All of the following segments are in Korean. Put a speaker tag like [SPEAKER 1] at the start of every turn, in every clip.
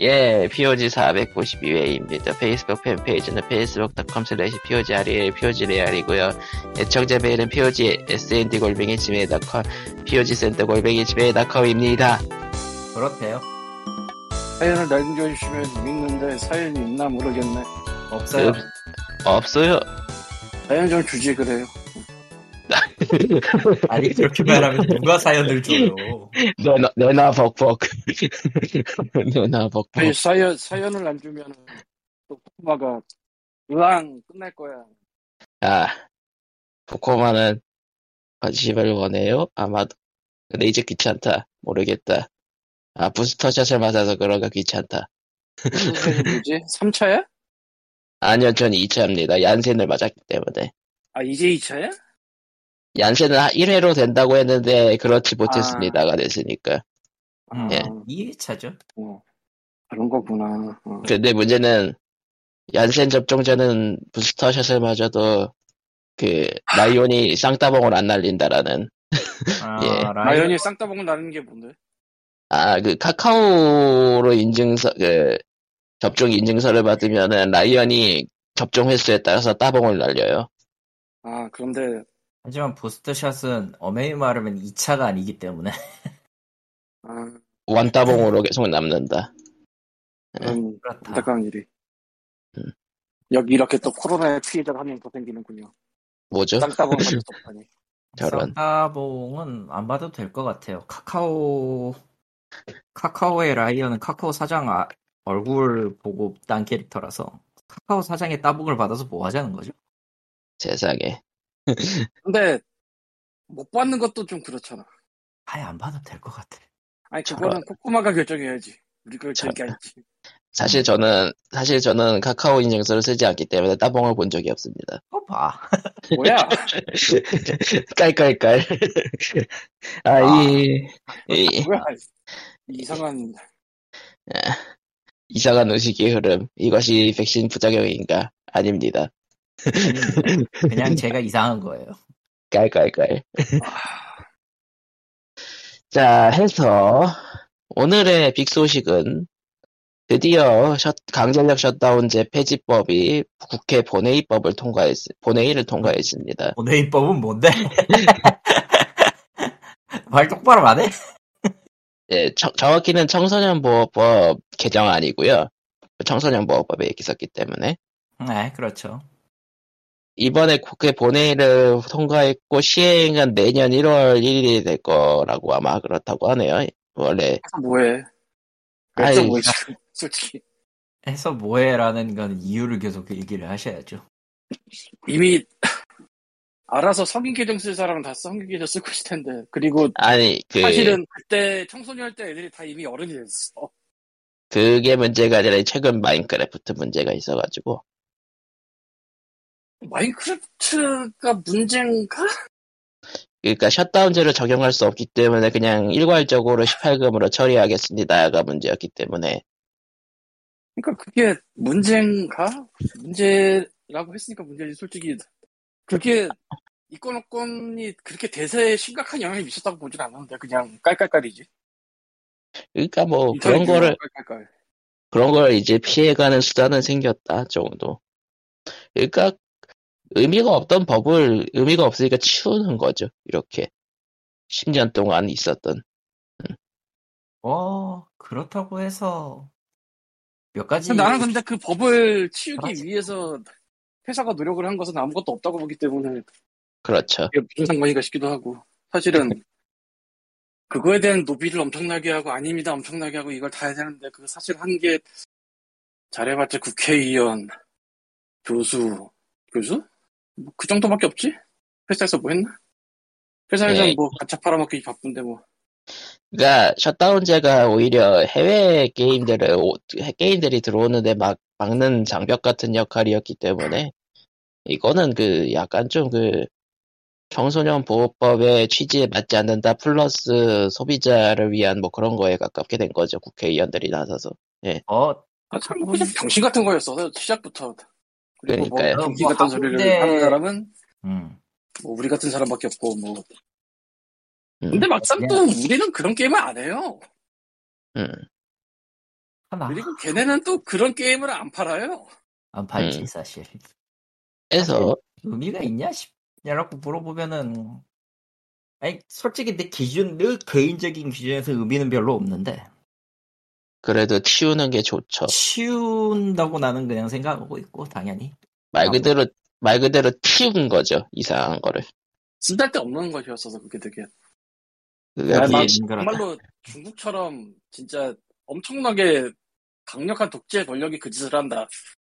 [SPEAKER 1] 예, POG 492회입니다. 페이스북 팬페이지는 facebook.com slash POGREAL, POGREAL이고요. 애청자 메일은 POG SND골뱅이 지메일.com, POG센터골뱅이 지메일.com입니다.
[SPEAKER 2] 네. 그렇대요.
[SPEAKER 3] 사연을 남겨주시면 믿는데 사연이 있나 모르겠네.
[SPEAKER 2] 없어요.
[SPEAKER 1] 음. 없어요.
[SPEAKER 3] 사연 좀 주지 그래요.
[SPEAKER 2] 아니 그렇게 말하면 누가 사연을 줘요.
[SPEAKER 1] 누나, 누나 벅벅. 누나 벅벅.
[SPEAKER 3] 아니, 사연 사연을 남기면 또 꼬마가 으앙 끝날 거야.
[SPEAKER 1] 아, 도코마는 관심을 원해요? 아마도. 근데 이제 귀찮다. 모르겠다. 아, 부스터샷을 맞아서 그런가 귀찮다.
[SPEAKER 3] 무슨 사연이 뭐지? 3차야?
[SPEAKER 1] 아니요, 전 2차입니다. 얀센을 맞았기 때문에.
[SPEAKER 3] 아 이제 2차야?
[SPEAKER 1] 얀센은 1회로 된다고 했는데, 그렇지 못했습니다가 됐으니까.
[SPEAKER 3] 아,
[SPEAKER 1] 예.
[SPEAKER 2] 이해차죠.
[SPEAKER 3] 어, 그런 거구나. 어.
[SPEAKER 1] 근데 문제는, 얀센 접종자는 부스터샷을 맞아도, 그, 라이온이 쌍따봉을 안 날린다라는,
[SPEAKER 2] 아,
[SPEAKER 1] 예.
[SPEAKER 3] 라이언이 쌍따봉 나는 게 뭔데?
[SPEAKER 1] 아, 그, 카카오로 인증서, 그, 접종 인증서를 받으면은 라이언이 접종 횟수에 따라서 따봉을 날려요.
[SPEAKER 3] 아 그런데
[SPEAKER 2] 하지만 부스터샷은 어메이 말하면 2차가 아니기 때문에
[SPEAKER 3] 아 음.
[SPEAKER 1] 원따봉으로 계속 남는다.
[SPEAKER 3] 그런
[SPEAKER 2] 그렇다.
[SPEAKER 3] 안타까운 일이.
[SPEAKER 1] 예. 음.
[SPEAKER 3] 여기 이렇게 또 코로나의 피해자가 한 명 더 생기는군요.
[SPEAKER 1] 뭐죠?
[SPEAKER 3] 쌍따봉 맞을 수 없다니.
[SPEAKER 1] 저런.
[SPEAKER 2] 사타봉은 안 봐도 될 것 같아요. 카카오 카카오의 라이언은 카카오 사장 아- 얼굴 보고 딴 캐릭터라서 카카오 사장의 따봉을 받아서 뭐 하자는 거죠?
[SPEAKER 1] 세상에.
[SPEAKER 3] 근데 못 받는 것도 좀 그렇잖아.
[SPEAKER 2] 아예 안 봐도 될 것 같아.
[SPEAKER 3] 아니 그거는 꼬꼬마가 결정해야지. 우리 결정이 아니지.
[SPEAKER 1] 사실 저는, 사실 저는 카카오 인증서를 쓰지 않기 때문에 따봉을 본 적이 없습니다.
[SPEAKER 2] 어 봐.
[SPEAKER 3] 뭐야?
[SPEAKER 1] 깔깔깔. 아, 이, 이,
[SPEAKER 3] 뭐야? 이상한
[SPEAKER 1] 이상한 의식의 흐름. 이것이 백신 부작용인가? 아닙니다.
[SPEAKER 2] 아닙니다. 그냥 제가 이상한 거예요.
[SPEAKER 1] 깔깔깔. 자, 해서 오늘의 빅 소식은 드디어 셧- 강제력 셧다운제 폐지법이 국회 본회의법을 통과했, 본회의를 통과했습니다.
[SPEAKER 2] 본회의법은 뭔데? 말 똑바로 안 해?
[SPEAKER 1] 예, 청- 정확히는 청소년보호법 개정안이고요. 청소년보호법에 있었기 때문에
[SPEAKER 2] 네, 그렇죠.
[SPEAKER 1] 이번에 국회 본회의를 통과했고 시행은 내년 1월 1일이 될 거라고 아마 그렇다고 하네요. 원래
[SPEAKER 3] 뭐해?
[SPEAKER 1] 아이,
[SPEAKER 3] 결정 뭐해 지금? 솔직히
[SPEAKER 2] 해서 뭐해라는 건 이유를 계속 얘기를 하셔야죠.
[SPEAKER 3] 이미 알아서 성인 계정 쓸 사람은 다 성인 계정 쓰고 있을 텐데. 그리고
[SPEAKER 1] 아니 그
[SPEAKER 3] 사실은 그때 청소년 할 때 애들이 다 이미 어른이 됐어.
[SPEAKER 1] 그게 문제가 아니라 최근 마인크래프트 문제가 있어가지고
[SPEAKER 3] 마인크래프트가 문제인가?
[SPEAKER 1] 그러니까 셧다운제를 적용할 수 없기 때문에 그냥 일괄적으로 18금으로 처리하겠습니다가 문제였기 때문에
[SPEAKER 3] 그러니까 그게 문제인가? 문제라고 했으니까 문제지. 솔직히 그게 이권 어권이 그렇게 대세에 심각한 영향을 미쳤다고 보진 않는데 그냥 깔깔깔이지.
[SPEAKER 1] 그러니까 뭐 그런
[SPEAKER 3] 인터넷
[SPEAKER 1] 거를
[SPEAKER 3] 깔깔깔.
[SPEAKER 1] 그런 걸 이제 피해가는 수단은 생겼다 정도 그러니까 의미가 없던 법을 의미가 없으니까 치우는 거죠 이렇게 10년 동안 있었던
[SPEAKER 2] 어, 그렇다고 해서 몇 가지
[SPEAKER 3] 근데 나는 근데 그 법을 치우기
[SPEAKER 2] 알았어.
[SPEAKER 3] 위해서 회사가 노력을 한 것은 아무것도 없다고 보기 때문에
[SPEAKER 1] 그렇죠
[SPEAKER 3] 이게 무슨 상관인가 싶기도 하고 사실은 그거에 대한 노비를 엄청나게 하고 아닙니다 엄청나게 하고 이걸 다 해야 되는데 그 사실 한 게 잘해봤자 국회의원 교수 교수 뭐그 정도밖에 없지 회사에서 뭐 했나 회사에서는
[SPEAKER 1] 예.
[SPEAKER 3] 뭐 가차 팔아먹기 바쁜데 뭐
[SPEAKER 1] 그러니까 셧다운제가 오히려 해외 게임들을 오- 게임들이 들어오는데 막 막는 장벽 같은 역할이었기 때문에 이거는 그 약간 좀 그 청소년 보호법의 취지에 맞지 않는다 플러스 소비자를 위한 뭐 그런 거에 가깝게 된 거죠 국회의원들이 나서서
[SPEAKER 2] 어,
[SPEAKER 3] 아, 참 그냥 병신 같은 거였어 시작부터 그리고 뭐
[SPEAKER 1] 음. 그러니까요.
[SPEAKER 3] 병신 같은 소리를
[SPEAKER 2] 근데-
[SPEAKER 3] 하는 사람은
[SPEAKER 2] 음,
[SPEAKER 3] 뭐 우리 같은 사람밖에 없고 뭐
[SPEAKER 1] 음, 네.
[SPEAKER 3] 근데 막상 또
[SPEAKER 2] 그냥-
[SPEAKER 3] 우리는 그런 게임을 안 해요
[SPEAKER 1] 음.
[SPEAKER 2] 하나
[SPEAKER 3] 그리고 걔네는 또 그런 게임을 안 팔아요.
[SPEAKER 2] 안 팔지
[SPEAKER 1] 음.
[SPEAKER 2] 사실
[SPEAKER 1] 그래서
[SPEAKER 2] 의미가 있냐 싶냐라고 물어보면은 아니 솔직히 내 기준 내 개인적인 기준에서 의미는 별로 없는데
[SPEAKER 1] 그래도 치우는 게 좋죠.
[SPEAKER 2] 치운다고 나는 그냥 생각하고 있고 당연히
[SPEAKER 1] 말 그대로 말 그대로 치운 거죠. 이상한 거를.
[SPEAKER 3] 쓰잘데 없는 것이었어서 그게 되게
[SPEAKER 1] 그게
[SPEAKER 3] 아, 맞-
[SPEAKER 1] 이-
[SPEAKER 2] 그렇다.
[SPEAKER 3] 정말로 중국처럼 진짜 엄청나게 강력한 독재 권력이 그 짓을 한다.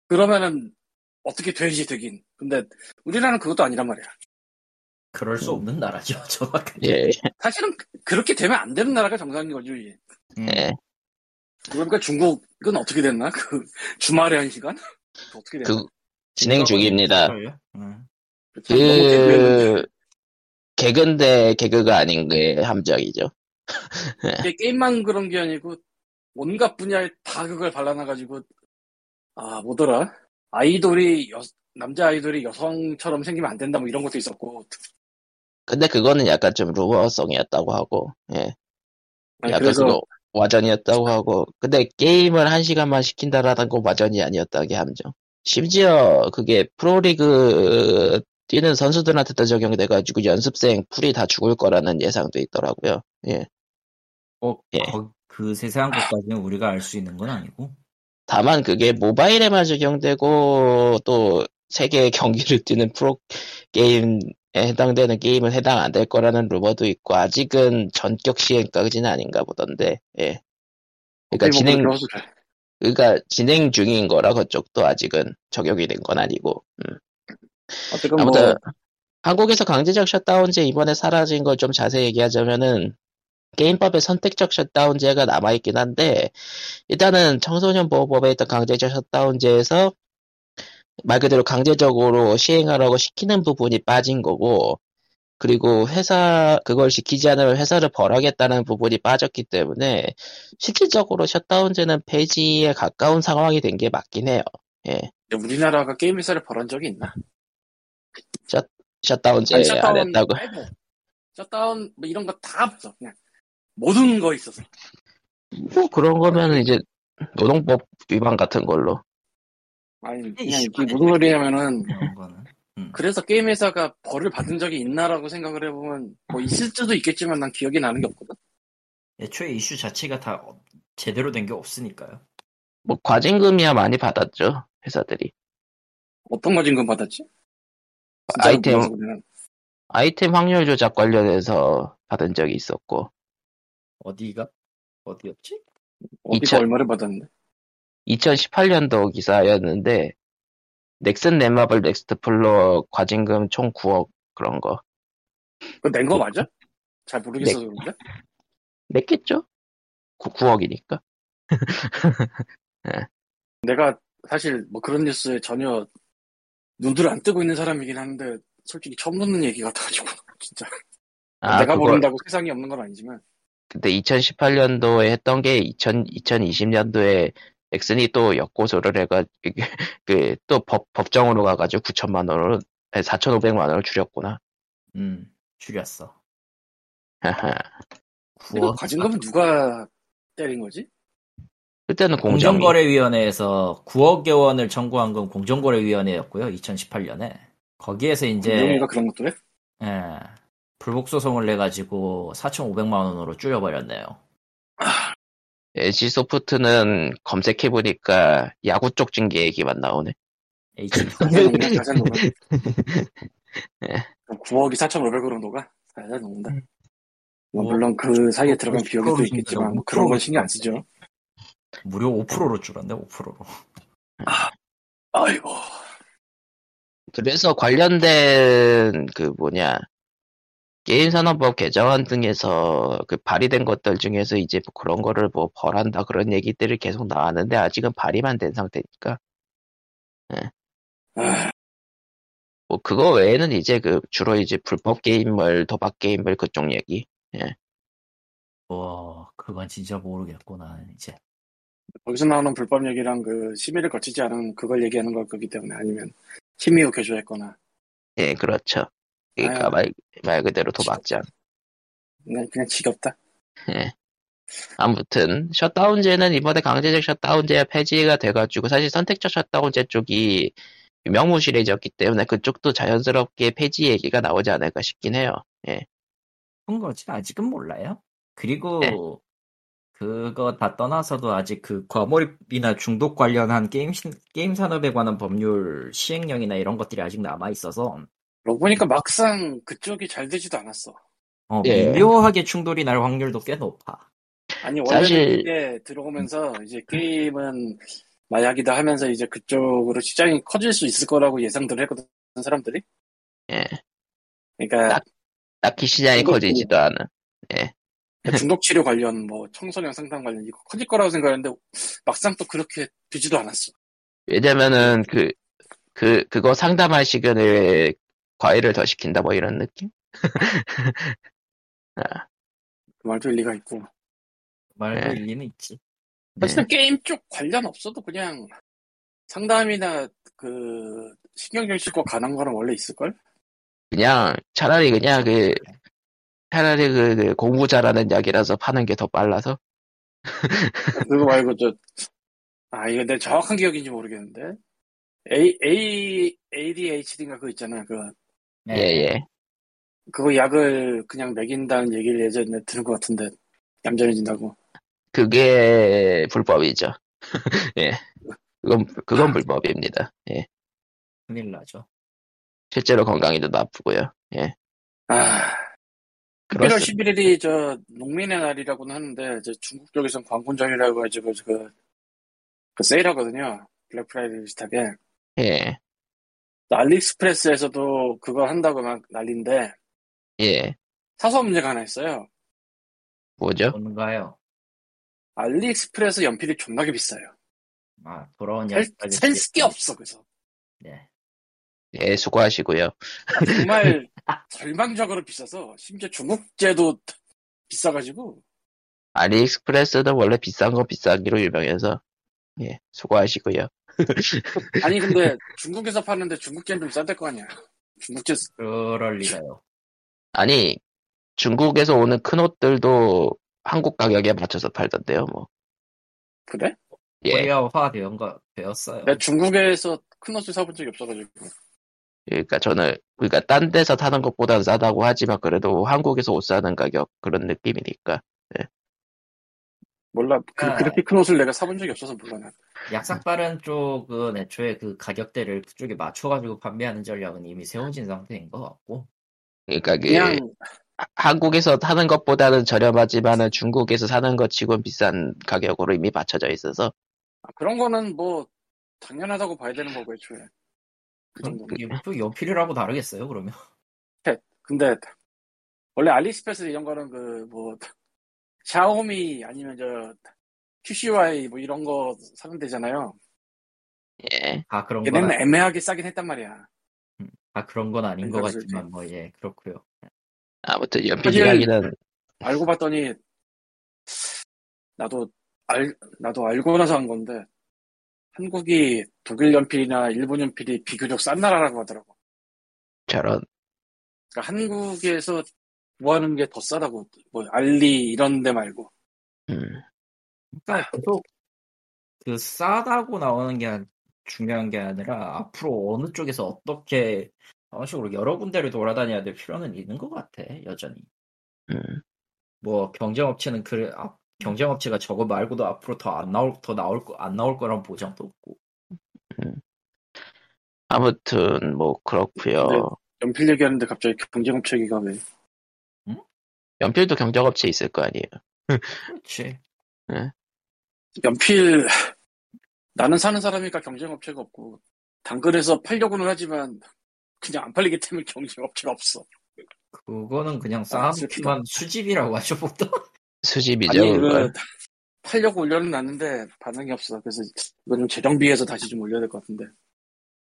[SPEAKER 3] 그러면은 어떻게 되지 되긴. 근데 우리나라는 그것도 아니란 말이야.
[SPEAKER 2] 그럴
[SPEAKER 1] 음.
[SPEAKER 2] 수 없는 나라죠 정확하게
[SPEAKER 1] 예,
[SPEAKER 3] 사실은 그렇게 되면 안 되는 나라가 정상인 거죠. 이게.
[SPEAKER 2] 음.
[SPEAKER 1] 예.
[SPEAKER 3] 그러니까 중국은 어떻게 됐나? 그 주말에 한 시간? 그 어떻게 됐나?
[SPEAKER 1] 그 진행 중입니다.
[SPEAKER 2] 그럴요? 음.
[SPEAKER 3] 참 너무 대비했는데.
[SPEAKER 1] 그 개그인데 개그가 아닌 게 함정이죠.
[SPEAKER 3] 이게 게임만 그런 게 아니고 온갖 분야에 다 그걸 발라놔가지고 아 뭐더라 아이돌이 여- 남자 아이돌이 여성처럼 생기면 안 된다 뭐 이런 것도 있었고
[SPEAKER 1] 근데 그거는 약간 좀 루머성이었다고 하고, 예,
[SPEAKER 3] 아니,
[SPEAKER 1] 약간
[SPEAKER 3] 그래서
[SPEAKER 1] 그거 와전이었다고 하고, 근데 게임을 한 시간만 시킨다라는 거 와전이 아니었다는 게 함정. 심지어 그게 프로리그 뛰는 선수들한테도 적용돼가지고 연습생 풀이 다 죽을 거라는 예상도 있더라고요. 예.
[SPEAKER 2] 어,
[SPEAKER 1] 예.
[SPEAKER 2] 거- 그 세세한 것까지는 우리가 알 수 있는 건 아니고
[SPEAKER 1] 다만 그게 모바일에만 적용되고 또 세계 경기를 뛰는 프로 게임에 해당되는 게임은 해당 안 될 거라는 루머도 있고 아직은 전격 시행까지는 아닌가 보던데 예. 그러니까
[SPEAKER 3] 일본
[SPEAKER 1] 진행
[SPEAKER 3] 그런 교수들.
[SPEAKER 1] 그러니까 진행 중인 거라 그쪽도 아직은 적용이 된 건 아니고 음.
[SPEAKER 3] 어쨌건 뭐
[SPEAKER 1] 아무튼 한국에서 강제적 셧다운제 이번에 사라진 걸 좀 자세히 얘기하자면은 게임법의 선택적 셧다운제가 남아있긴 한데 일단은 청소년 보호법에 있던 강제적 셧다운제에서 말 그대로 강제적으로 시행하라고 시키는 부분이 빠진 거고 그리고 회사 그걸 지키지 않으면 회사를 벌하겠다는 부분이 빠졌기 때문에 실질적으로 셧다운제는 폐지에 가까운 상황이 된 게 맞긴 해요. 예,
[SPEAKER 3] 우리나라가 게임 회사를 벌한 적이 있나?
[SPEAKER 1] 셧다운제
[SPEAKER 3] 아니,
[SPEAKER 1] 안 했다고.
[SPEAKER 3] 말고. 셧다운 뭐 이런 거 다 없어 그냥 모든 거 있어서
[SPEAKER 1] 뭐 그런 거면은 이제 노동법 위반 같은 걸로.
[SPEAKER 3] 아니 그냥
[SPEAKER 2] 이씨,
[SPEAKER 3] 이게 무슨 소리냐면은
[SPEAKER 2] 그런 거는 음.
[SPEAKER 3] 그래서 게임 회사가 벌을 받은 적이 있나라고 생각을 해보면 뭐 있을 수도 있겠지만 난 기억이 나는 게 없거든.
[SPEAKER 2] 애초에 이슈 자체가 다 어- 제대로 된 게 없으니까요
[SPEAKER 1] 뭐 과징금이야 많이 받았죠 회사들이.
[SPEAKER 3] 어떤 거 지금 받았지? 진짜로
[SPEAKER 1] 아이템
[SPEAKER 3] 몰라서 그냥.
[SPEAKER 1] 아이템 확률 조작 관련해서 받은 적이 있었고
[SPEAKER 2] 어디가 어디였지?
[SPEAKER 3] 어디가
[SPEAKER 1] 이천-
[SPEAKER 3] 얼마를 받았는데?
[SPEAKER 1] 2018년도 기사였는데 넥슨 넷마블 넥스트 플로 과징금 총 9억 그런 거
[SPEAKER 3] 그거 낸 거 맞아? 잘 모르겠어서
[SPEAKER 1] 네.
[SPEAKER 3] 그런데?
[SPEAKER 1] 냈겠죠? 9억이니까.
[SPEAKER 3] 내가 사실 뭐 그런 뉴스에 전혀 눈들을 안 뜨고 있는 사람이긴 한데 솔직히 처음 듣는 얘기 같아가지고 진짜
[SPEAKER 1] 아,
[SPEAKER 3] 내가 모른다고 세상이 없는 건 아니지만
[SPEAKER 1] 근데 2018년도에 했던 게 2000, 2020년도에 엑슨이 또 역고소를 해가 그 또 법 법정으로 가가지고 9천만 원을 4,500만 원을 줄였구나.
[SPEAKER 2] 음 줄였어
[SPEAKER 1] 하하. 뭐?
[SPEAKER 3] 이거
[SPEAKER 2] 구억
[SPEAKER 3] 과징금은 누가 때린 거지?
[SPEAKER 1] 그때는 공정이
[SPEAKER 2] 공정거래위원회에서 9억 여 원을 청구한 건 공정거래위원회였고요 2018년에 거기에서
[SPEAKER 1] 네.
[SPEAKER 2] 이제
[SPEAKER 3] 공정위가 그런 것도 해?
[SPEAKER 2] 예, 불복 소송을 내 가지고 4,500만 원으로 줄여버렸네요
[SPEAKER 1] LG 소프트는 검색해 보니까 야구 쪽 징계 얘기만 나오네.
[SPEAKER 2] H
[SPEAKER 3] 자세히 자세히 녹아 9억이 4,500으로 녹아? 자세히 녹는다
[SPEAKER 1] 음.
[SPEAKER 3] 뭐 물론 그 사이에 들어간
[SPEAKER 2] 뭐,
[SPEAKER 3] 비용이 또
[SPEAKER 2] 그거는
[SPEAKER 3] 있겠지만
[SPEAKER 2] 진짜
[SPEAKER 3] 뭐 그런 건 신경 안 쓰죠
[SPEAKER 2] 무려 5%로 줄었네 5%로
[SPEAKER 3] 아이고
[SPEAKER 1] 그래서 관련된 그 뭐냐 게임산업법 개정안 등에서 그 발의된 것들 중에서 이제 뭐 그런 거를 뭐 벌한다 그런 얘기들이 계속 나왔는데 아직은 발의만 된 상태니까 예.
[SPEAKER 3] 아,
[SPEAKER 1] 뭐 그거 외에는 이제 그 주로 이제 불법 게임을 도박 게임을 그쪽 얘기
[SPEAKER 2] 와 어, 그건 진짜 모르겠구나 이제
[SPEAKER 3] 거기서 나오는 불법 얘기랑 그 심의를 거치지 않은 그걸 얘기하는 걸 거기 때문에 아니면 심의 후 개조했거나
[SPEAKER 1] 예 그렇죠 그러니까
[SPEAKER 3] 아유.
[SPEAKER 1] 말, 말 그대로 도박장
[SPEAKER 3] 그냥, 그냥 지겹다.
[SPEAKER 1] 예. 아무튼 셧다운제는 이번에 강제적 셧다운제 폐지가 돼가지고 사실 선택적 셧다운제 쪽이 명무실해졌기 때문에 그쪽도 자연스럽게 폐지 얘기가 나오지 않을까 싶긴 해요. 예.
[SPEAKER 2] 그런 거지 아직은 몰라요. 그리고
[SPEAKER 1] 네.
[SPEAKER 2] 그거 다 떠나서도 아직 그 과몰입이나 중독 관련한 게임 신- 게임 산업에 관한 법률 시행령이나 이런 것들이 아직 남아 있어서
[SPEAKER 3] 그러고 보니까 막상 그쪽이 잘 되지도 않았어.
[SPEAKER 2] 어,
[SPEAKER 1] 예.
[SPEAKER 2] 미묘하게 충돌이 날 확률도 꽤 높아.
[SPEAKER 3] 아니 원래는
[SPEAKER 1] 사실-
[SPEAKER 3] 이게 들어오면서 이제 게임은 마약이다 하면서 이제 그쪽으로 시장이 커질 수 있을 거라고 예상들 했거든 사람들이.
[SPEAKER 1] 예.
[SPEAKER 3] 그러니까
[SPEAKER 1] 딱히 시장이
[SPEAKER 3] 그것도-
[SPEAKER 1] 커지지도 않은.
[SPEAKER 3] 그러니까 중독 치료 관련 뭐 청소년 상담 관련 이거 커질 거라고 생각했는데 막상 또 그렇게 되지도 않았어.
[SPEAKER 1] 왜냐면은 그, 그, 그거 상담할 시간을 과외를 더 시킨다 뭐 이런 느낌?
[SPEAKER 3] 그 말도 일리가 있고.
[SPEAKER 2] 말도
[SPEAKER 1] 네.
[SPEAKER 2] 일리는 있지.
[SPEAKER 3] 사실은 게임 쪽 관련 없어도 그냥 상담이나 그 신경질식과 관한 거는 원래 있을걸?
[SPEAKER 1] 그냥 차라리 그냥 그, 차라리 그, 그 공부 잘하는 약이라서 파는 게 더 빨라서.
[SPEAKER 3] 그거 말고 저, 아, 이거 내 정확한 기억인지 모르겠는데. A, A, ADHD인가 그거 있잖아. 그,
[SPEAKER 2] 네.
[SPEAKER 1] 예, 예.
[SPEAKER 3] 그거 약을 그냥 먹인다는 얘기를 예전에 들은 것 같은데. 얌전해진다고.
[SPEAKER 1] 그게 불법이죠. 예. 그건, 그건 불법입니다. 예.
[SPEAKER 2] 큰일 나죠.
[SPEAKER 1] 실제로 건강에도 나쁘고요.
[SPEAKER 3] 아, 1월
[SPEAKER 1] 그렇습니다.
[SPEAKER 3] 11일이 저, 농민의 날이라고는 하는데, 저 중국 쪽에선 광군절이라고 해가지고, 그, 그 세일하거든요. 블랙 프라이데이 비슷하게.
[SPEAKER 1] 예.
[SPEAKER 3] 알리익스프레스에서도 그거 한다고 막 난린데
[SPEAKER 1] 예.
[SPEAKER 3] 사소 문제가 하나 있어요.
[SPEAKER 1] 뭐죠?
[SPEAKER 2] 뭔가요?
[SPEAKER 3] 알리익스프레스 연필이 존나게 비싸요.
[SPEAKER 2] 아 돌아온
[SPEAKER 3] 살-
[SPEAKER 2] 약까지
[SPEAKER 3] 살수게 없어 그래서
[SPEAKER 2] 네.
[SPEAKER 1] 예, 수고하시고요.
[SPEAKER 3] 정말 절망적으로 비싸서 심지어 중국제도 비싸가지고
[SPEAKER 1] 알리익스프레스는 원래 비싼 건 비싸기로 유명해서. 예, 수고하시고요.
[SPEAKER 3] 아니 근데 중국에서 파는데 중국제는 좀 싸댈 거 아니야. 중국제
[SPEAKER 2] 그럴 리가요.
[SPEAKER 1] 아니, 중국에서 오는 큰 옷들도 한국 가격에 맞춰서 팔던데요, 뭐.
[SPEAKER 3] 그래?
[SPEAKER 1] 예.
[SPEAKER 2] 코리아화 되었 거 되었어요.
[SPEAKER 3] 내가 중국에서 큰 옷을 사본 적이 없어가지고
[SPEAKER 1] 그러니까 저는, 그러니까 딴 데서 사는 것보다 싸다고 하지만 그래도 한국에서 옷 사는 가격 그런 느낌이니까.
[SPEAKER 3] 몰라 그,
[SPEAKER 2] 아.
[SPEAKER 3] 렇게큰 옷을 내가 사본 적이 없어서 몰라 난.
[SPEAKER 2] 약삭빠른 쪽은 애초에 그 가격대를 그쪽에 맞춰가지고 판매하는 전략은 이미 세워진 상태인 것 같고
[SPEAKER 1] 그러니까
[SPEAKER 2] 예.
[SPEAKER 1] 그
[SPEAKER 3] 그냥
[SPEAKER 1] 하- 한국에서 사는 것보다는 저렴하지만은 중국에서 사는 것 치곤 비싼 가격으로 이미 맞춰져 있어서
[SPEAKER 3] 그런 거는 뭐 당연하다고 봐야 되는 거고 애초에 그
[SPEAKER 2] 그럼
[SPEAKER 3] 정도는.
[SPEAKER 2] 이게 또 연필이라고 다르겠어요 그러면
[SPEAKER 3] 근데 원래 알리익스프레스 이런 거는 그 뭐 샤오미 아니면 저 QCY 뭐 이런 거 사면 되잖아요.
[SPEAKER 1] 예
[SPEAKER 2] 다 그런 건
[SPEAKER 3] 얘네는
[SPEAKER 2] 아,
[SPEAKER 3] 애매하게 싸긴 했단 말이야.
[SPEAKER 2] 다 그런 건 아닌 것
[SPEAKER 3] 그래서
[SPEAKER 2] 같지만 뭐 예 그렇고요
[SPEAKER 1] 아무튼 연필
[SPEAKER 3] 사실-
[SPEAKER 1] 이야기는
[SPEAKER 3] 알고 봤더니 나도 알 나도 알고 나서 한 건데 한국이 독일 연필이나 일본 연필이 비교적 싼 나라라고 하더라고.
[SPEAKER 1] 저런
[SPEAKER 3] 그러니까 한국에서 구하는 게 더 싸다고 뭐 알리 이런 데 말고
[SPEAKER 1] 음,
[SPEAKER 2] 그러니까 계속 그 싸다고 나오는 게 안- 중요한 게 아니라 앞으로 어느 쪽에서 어떻게 그런 식으로 여러 군데를 돌아다녀야 될 필요는 있는 것 같아 여전히
[SPEAKER 1] 음.
[SPEAKER 2] 뭐 경쟁업체는 그 아, 경쟁업체가 저거 말고도 앞으로 더 안 나올 더 나올 거 안 나올 거란 보장도 없고
[SPEAKER 1] 아무튼 뭐 그렇고요
[SPEAKER 3] 네. 연필 얘기하는데 갑자기 경쟁업체 얘기가 왜
[SPEAKER 1] 연필도 경쟁업체 있을 거 아니에요
[SPEAKER 2] 그렇지
[SPEAKER 3] 연필 나는 사는 사람이니까 경쟁업체가 없고 당근에서 팔려고는 하지만 그냥 안 팔리기 때문에 경쟁업체가 없어.
[SPEAKER 2] 그거는 그냥 쌓아놓기만 수집이라고 하죠 보통
[SPEAKER 1] 수집이죠
[SPEAKER 3] 아니
[SPEAKER 1] 그걸
[SPEAKER 3] 그 팔려고 올려는 놨는데 반응이 없어. 그래서 이거 좀 재정비해서 다시 좀 올려야 될 것 같은데.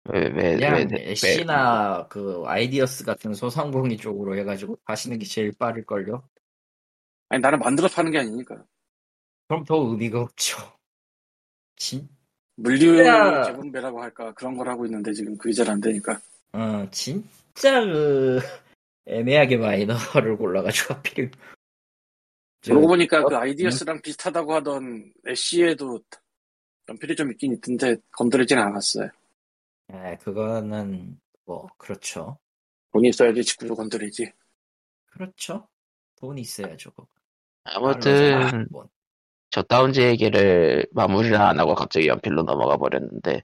[SPEAKER 1] 왜왜
[SPEAKER 2] 그냥 애쉬나 그 아이디어스 같은 소상공인 쪽으로 해가지고 하시는 게 제일 빠를걸요
[SPEAKER 3] 아니 나는 만들어 파는 게 아니니까
[SPEAKER 2] 그럼 더 의미가 없죠 진,
[SPEAKER 3] 물류
[SPEAKER 2] 그래야-
[SPEAKER 3] 재분배라고 할까 그런 걸 하고 있는데 지금 그게 잘 안 되니까
[SPEAKER 1] 네.
[SPEAKER 2] 어, 진짜 그 애매하게 마이너를 골라가지고 하필
[SPEAKER 3] 그러고 보니까
[SPEAKER 1] 음?
[SPEAKER 3] 그 아이디어스랑 비슷하다고 하던 애쉬에도 연필이 좀 있긴 있던데 건드리진 않았어요.
[SPEAKER 2] 예, 그거는 뭐 그렇죠.
[SPEAKER 3] 돈이 있어야지 직구도 건드리지.
[SPEAKER 2] 그렇죠. 돈이 있어야죠. 그거. 뭐 말로
[SPEAKER 1] 아무튼
[SPEAKER 2] 사는 돈.
[SPEAKER 1] 저다운제 얘기를 마무리를 안 하고 갑자기 연필로 넘어가 버렸는데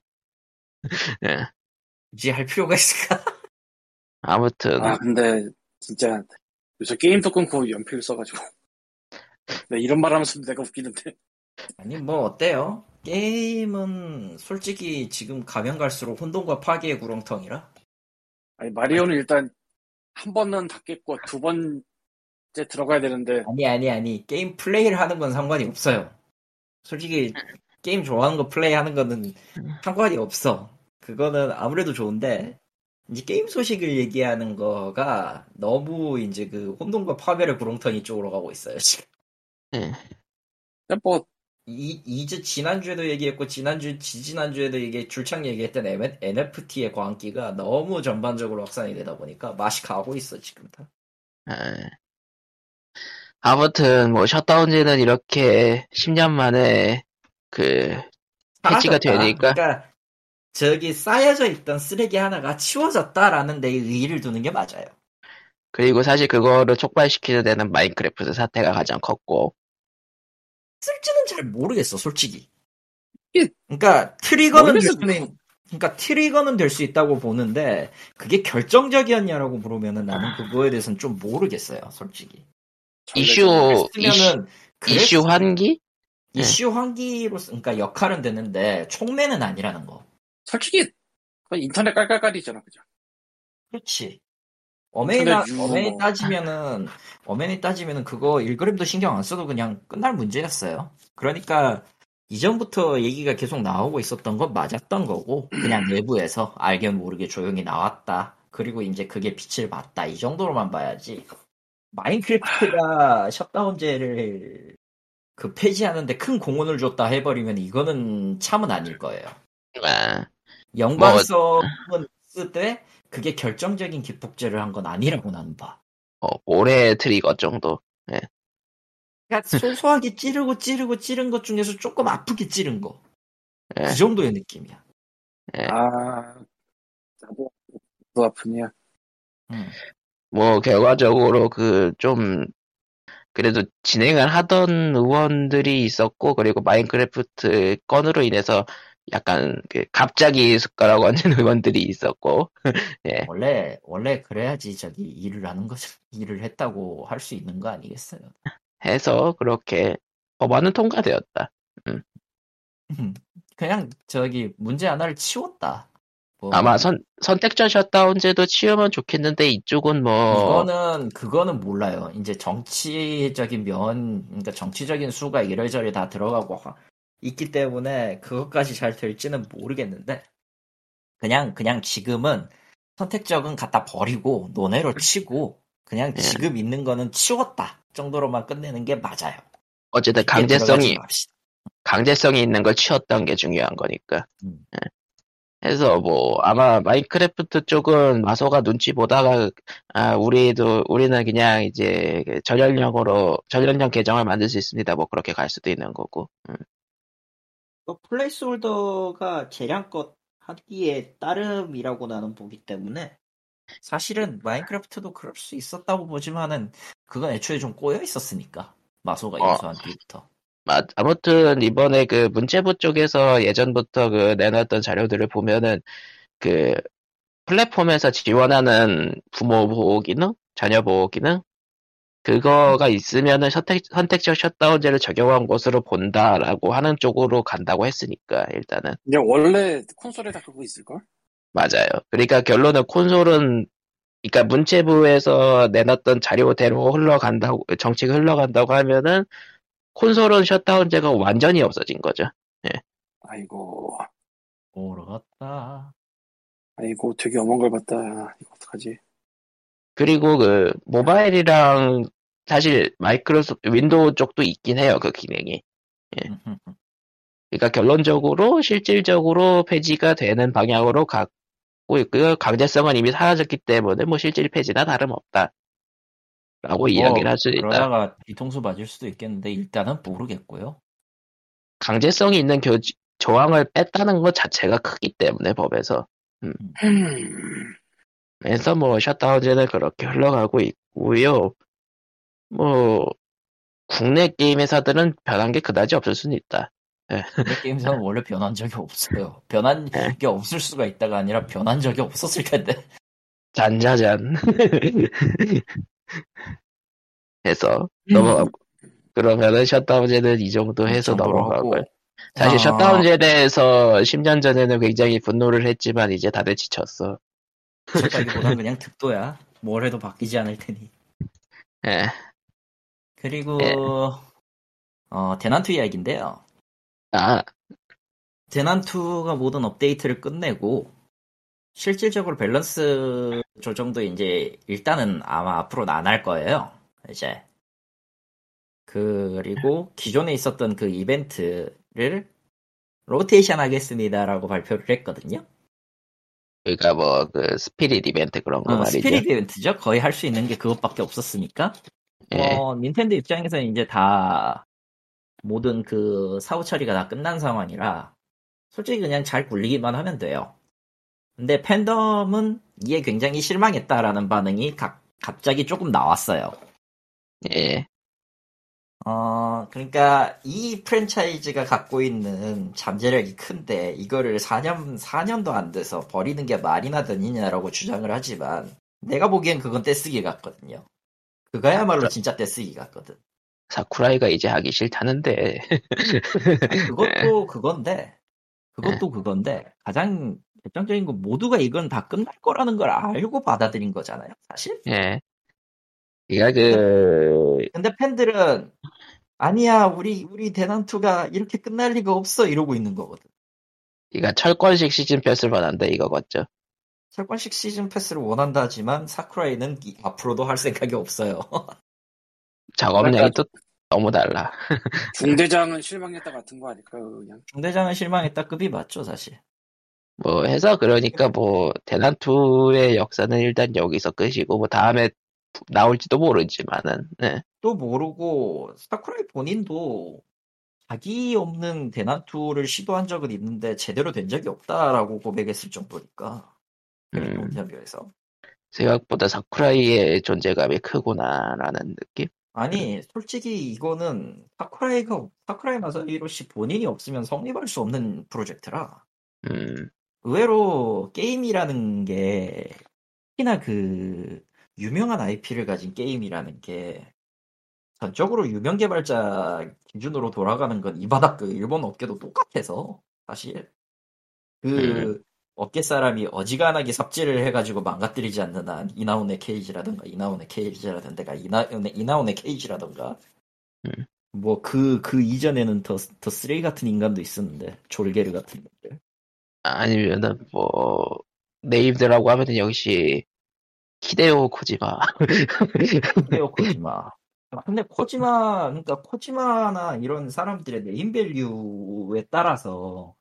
[SPEAKER 1] 예.
[SPEAKER 2] 굳이 할 필요가 있을까?
[SPEAKER 1] 아무튼
[SPEAKER 3] 아 근데 진짜 요새 게임도 끊고 연필 써가지고 네, 이런 말하면서 내가 웃기는데
[SPEAKER 2] 아니 뭐 어때요? 게임은 솔직히 지금 가면 갈수록 혼돈과 파괴의 구렁텅이라
[SPEAKER 3] 아니 마리오는 일단 한 번은 다 깼고 두 번째 들어가야 되는데
[SPEAKER 2] 아니 아니 아니 게임 플레이를 하는 건 상관이 없어요. 솔직히 게임 좋아하는 거 플레이하는 거는 상관이 없어. 그거는 아무래도 좋은데 이제 게임 소식을 얘기하는 거가 너무 이제 그 혼돈과 파괴를 구렁텅이 쪽으로 가고 있어요 지금.
[SPEAKER 1] 예.
[SPEAKER 3] 근데 뭐
[SPEAKER 2] 이, 이제 지난주에도 얘기했고 지난주 지지난주에도 얘기 줄창 얘기했던 NFT의 광기가 너무 전반적으로 확산이 되다 보니까 맛이 가고 있어 지금 다.
[SPEAKER 1] 예. 아무튼 뭐 셧다운제는 이렇게 10년 만에 그 패치가
[SPEAKER 2] 사라졌다.
[SPEAKER 1] 되니까?
[SPEAKER 2] 그러니까 저기 쌓여져 있던 쓰레기 하나가 치워졌다라는 데 의의를 두는 게 맞아요.
[SPEAKER 1] 그리고 사실 그거를 촉발시키는 데는 마인크래프트 사태가 가장 컸고
[SPEAKER 2] 쓸지는 잘 모르겠어 솔직히.
[SPEAKER 3] 예.
[SPEAKER 2] 그러니까 트리거는
[SPEAKER 3] 모르겠어,
[SPEAKER 2] 될,
[SPEAKER 3] 그냥.
[SPEAKER 2] 그러니까 트리거는 될 수 있다고 보는데 그게 결정적이었냐라고 물으면은 나는 그거에 대해서는 좀 모르겠어요 솔직히.
[SPEAKER 1] 이슈 이슈,
[SPEAKER 2] 그랬으면은
[SPEAKER 1] 뭐, 이슈 환기? 예.
[SPEAKER 2] 이슈 환기로서 그러니까 역할은 되는데 촉매는 아니라는 거.
[SPEAKER 3] 솔직히 그건 인터넷 깔깔깔이잖아 그죠?
[SPEAKER 2] 그렇지. 어메니
[SPEAKER 3] 인터넷 유머.
[SPEAKER 2] 어메니 따지면은 어메니 따지면은 그거 1그램도 신경 안 써도 그냥 끝날 문제였어요. 그러니까 이전부터 얘기가 계속 나오고 있었던 건 맞았던 거고 그냥 내부에서 알게 모르게 조용히 나왔다. 그리고 이제 그게 빛을 봤다. 이 정도로만 봐야지. 마인크래프트가 셧다운제를 그 폐지하는데 큰 공헌을 줬다 해버리면 이거는 참은 아닐 거예요.
[SPEAKER 1] 아,
[SPEAKER 2] 영광성은 있을 때 그게 결정적인 기폭제를 한 건 아니라고 나는 봐.
[SPEAKER 1] 어, 올해 트리거 정도.
[SPEAKER 2] 그러니까 소소하게 찌르고 찌르고 찌른 것 중에서 조금 아프게 찌른 거.
[SPEAKER 1] 예.
[SPEAKER 2] 그 정도의 느낌이야.
[SPEAKER 1] 네.
[SPEAKER 3] 아 나도 또 아프냐?
[SPEAKER 2] 음.
[SPEAKER 1] 뭐 결과적으로 그 좀 그래도 진행을 하던 의원들이 있었고 그리고 마인크래프트 건으로 인해서 약간 그 갑자기 숟가락 얹은 의원들이 있었고
[SPEAKER 2] 원래 원래 그래야지 저기 일을 하는 거죠. 일을 했다고 할 수 있는 거 아니겠어요?
[SPEAKER 1] 해서 그렇게 법안은 통과되었다.
[SPEAKER 2] 음. 그냥 저기 문제 하나를 치웠다. 뭐,
[SPEAKER 1] 아마 선 선택적 셧다운제도 치우면 좋겠는데 이쪽은 뭐
[SPEAKER 2] 이거는 그거는 몰라요. 이제 정치적인 면, 그러니까 정치적인 수가 이래저래 다 들어가고 하- 있기 때문에 그것까지 잘 될지는 모르겠는데 그냥 그냥 지금은 선택적은 갖다 버리고 논외로 치고 그냥
[SPEAKER 1] 예.
[SPEAKER 2] 지금 있는 거는 치웠다 정도로만 끝내는 게 맞아요.
[SPEAKER 1] 어쨌든
[SPEAKER 2] 깊게 들어가지
[SPEAKER 1] 강제성이
[SPEAKER 2] 맙시다.
[SPEAKER 1] 강제성이 있는 걸 치웠던 게 중요한 거니까.
[SPEAKER 2] 음.
[SPEAKER 1] 예. 그래서 뭐 아마 마인크래프트 쪽은 마소가 눈치 보다가 아 우리도 우리는 그냥 이제 그 전연령으로 전연령 계정을 만들 수 있습니다. 뭐 그렇게 갈 수도 있는 거고. 음.
[SPEAKER 4] 그 플레이스홀더가 재량껏 하기에 따름이라고 나는 보기 때문에
[SPEAKER 2] 사실은 마인크래프트도 그럴 수 있었다고 보지만은 그건 애초에 좀 꼬여 있었으니까 마소가
[SPEAKER 1] 어.
[SPEAKER 2] 인수한 뒤부터.
[SPEAKER 1] 아, 아무튼 이번에 그 문체부 쪽에서 예전부터 그 내놨던 자료들을 보면은 그 플랫폼에서 지원하는 부모 보호 기능, 자녀 보호 기능 그거가 있으면은 선택, 선택적 셧다운제를 적용한 것으로 본다라고 하는 쪽으로 간다고 했으니까 일단은
[SPEAKER 3] 그냥 원래 콘솔에 다 그거 있을 걸?
[SPEAKER 1] 맞아요. 그러니까 결론은 콘솔은 그러니까 문체부에서 내놨던 자료대로 흘러간다고 정책이 흘러간다고 하면은 콘솔은 셧다운제가 완전히 없어진 거죠.
[SPEAKER 3] 아이고
[SPEAKER 2] 모르겠다.
[SPEAKER 3] 아이고 되게 엄한 걸 봤다. 이거 어떡하지?
[SPEAKER 1] 그리고 그 모바일이랑 사실 마이크로소프트 윈도우 쪽도 있긴 해요 그 기능이. 그러니까 결론적으로 실질적으로 폐지가 되는 방향으로 가고 있고요. 강제성은 이미 사라졌기 때문에 뭐 실질 폐지나 다름없다. 라고 이야기를 할 수 있다.
[SPEAKER 2] 그러다가 뒤통수 맞을 수도 있겠는데 일단은 모르겠고요.
[SPEAKER 1] 강제성이 있는 교, 조항을 뺐다는 것 자체가 크기 때문에 법에서.
[SPEAKER 3] 음,
[SPEAKER 1] 그래서 뭐 셧다운제는 그렇게 흘러가고 있고요. 뭐 국내 게임 회사들은 변한 게 그다지 없을 수는 있다.
[SPEAKER 2] 근데 게임사는 원래 변한 적이 없어요. 변한
[SPEAKER 1] 네.
[SPEAKER 2] 게 없을 수가 있다가 아니라 변한 적이 없었을 텐데.
[SPEAKER 1] 잔자잔. 해서
[SPEAKER 2] 음.
[SPEAKER 1] 넘어가고. 그러면은 셧다운제는 이 정도 해서
[SPEAKER 2] 정도로
[SPEAKER 1] 넘어가고.
[SPEAKER 2] 하고.
[SPEAKER 1] 사실
[SPEAKER 2] 아.
[SPEAKER 1] 셧다운제에 대해서 10년 전에는 굉장히 분노를 했지만 이제 다들 지쳤어.
[SPEAKER 2] 그보단 그냥 득도야. 뭘 해도 바뀌지 않을 테니.
[SPEAKER 1] 예.
[SPEAKER 2] 그리고
[SPEAKER 1] 예.
[SPEAKER 2] 어, 대난투 이야기인데요.
[SPEAKER 1] 아,
[SPEAKER 2] 대난투가 모든 업데이트를 끝내고 실질적으로 밸런스 조정도 이제 일단은 아마 앞으로는 안 할 거예요. 이제 그리고 기존에 있었던 그 이벤트를 로테이션 하겠습니다라고 발표를 했거든요.
[SPEAKER 1] 그러니까 뭐 그 스피릿 이벤트 그런 거
[SPEAKER 2] 어,
[SPEAKER 1] 아, 말이죠.
[SPEAKER 2] 스피릿 이벤트죠. 거의 할 수 있는 게 그것밖에 없었으니까.
[SPEAKER 1] 예.
[SPEAKER 2] 어, 닌텐도 입장에서는 이제 다 모든 그 사후 처리가 다 끝난 상황이라 솔직히 그냥 잘 굴리기만 하면 돼요. 근데 팬덤은 이에 굉장히 실망했다라는 반응이 각- 갑자기 조금 나왔어요.
[SPEAKER 1] 예.
[SPEAKER 2] 어, 그러니까 이 프랜차이즈가 갖고 있는 잠재력이 큰데 이거를 4년, 4년도 안 돼서 버리는 게 말이나 되느냐라고 주장을 하지만 내가 보기엔 그건 떼쓰기 같거든요. 그거야말로 진짜 떼쓰기 같거든.
[SPEAKER 1] 사쿠라이가 이제 하기 싫다는데.
[SPEAKER 2] 그것도 그건데, 그것도 그건데, 가장 결정적인 건 모두가 이건 다 끝날 거라는 걸 알고 받아들인 거잖아요, 사실?
[SPEAKER 1] 예. 그러니까 그
[SPEAKER 2] 근데 팬들은, 아니야, 우리, 우리 대난투가 이렇게 끝날 리가 없어, 이러고 있는 거거든.
[SPEAKER 1] 그러니까 철권식 시즌 패스를 받았는데 이거겠죠.
[SPEAKER 2] 철권식 시즌 패스를 원한다 하지만, 사쿠라이는 이- 앞으로도 할 생각이 없어요.
[SPEAKER 1] 작업
[SPEAKER 3] 그러니까-
[SPEAKER 1] 내이 또 너무 달라.
[SPEAKER 3] 중대장은 실망했다 같은 거 아닐까 그냥
[SPEAKER 2] 중대장은 실망했다 급이 맞죠, 사실.
[SPEAKER 1] 뭐 해서 그러니까 뭐 대난투의 역사는 일단 여기서 끝이고 뭐 다음에 나올지도 모르지만은 네.
[SPEAKER 2] 또 모르고, 사쿠라이 본인도, 자기 없는 대난투를 시도한 적은 있는데 제대로 된 적이 없다라고 고백했을 정도니까. 그리고
[SPEAKER 1] 음,
[SPEAKER 2] 인터뷰에서
[SPEAKER 1] 생각보다 사쿠라이의 존재감이 크구나라는 느낌.
[SPEAKER 2] 아니 솔직히 이거는 사쿠라이가 사쿠라이 마사히로시 본인이 없으면 성립할 수 없는 프로젝트라
[SPEAKER 1] 음,
[SPEAKER 2] 의외로 게임이라는 게 특히나 그 유명한 IP를 가진 게임이라는 게 전적으로 유명 개발자 기준으로 돌아가는 건 이 바닥 그 일본 업계도 똑같아서 사실 그 업계 사람이 어지간하게 삽질을 해가지고 망가뜨리지 않는 한 이나온의 케이지라든가 이나온의 케이지라든가 이나온의 이나온의 케이지라든가
[SPEAKER 1] 음.
[SPEAKER 2] 뭐 그 그 이전에는 더더 쓰레기 같은 인간도 있었는데 졸개르 같은 것들
[SPEAKER 1] 아니면은 뭐 네임드라고 하면은 역시 키데오 코지마.
[SPEAKER 2] 근데요 코지마. 아, 근데 코지마 그러니까 코지마나 이런 사람들의 네임밸류에 따라서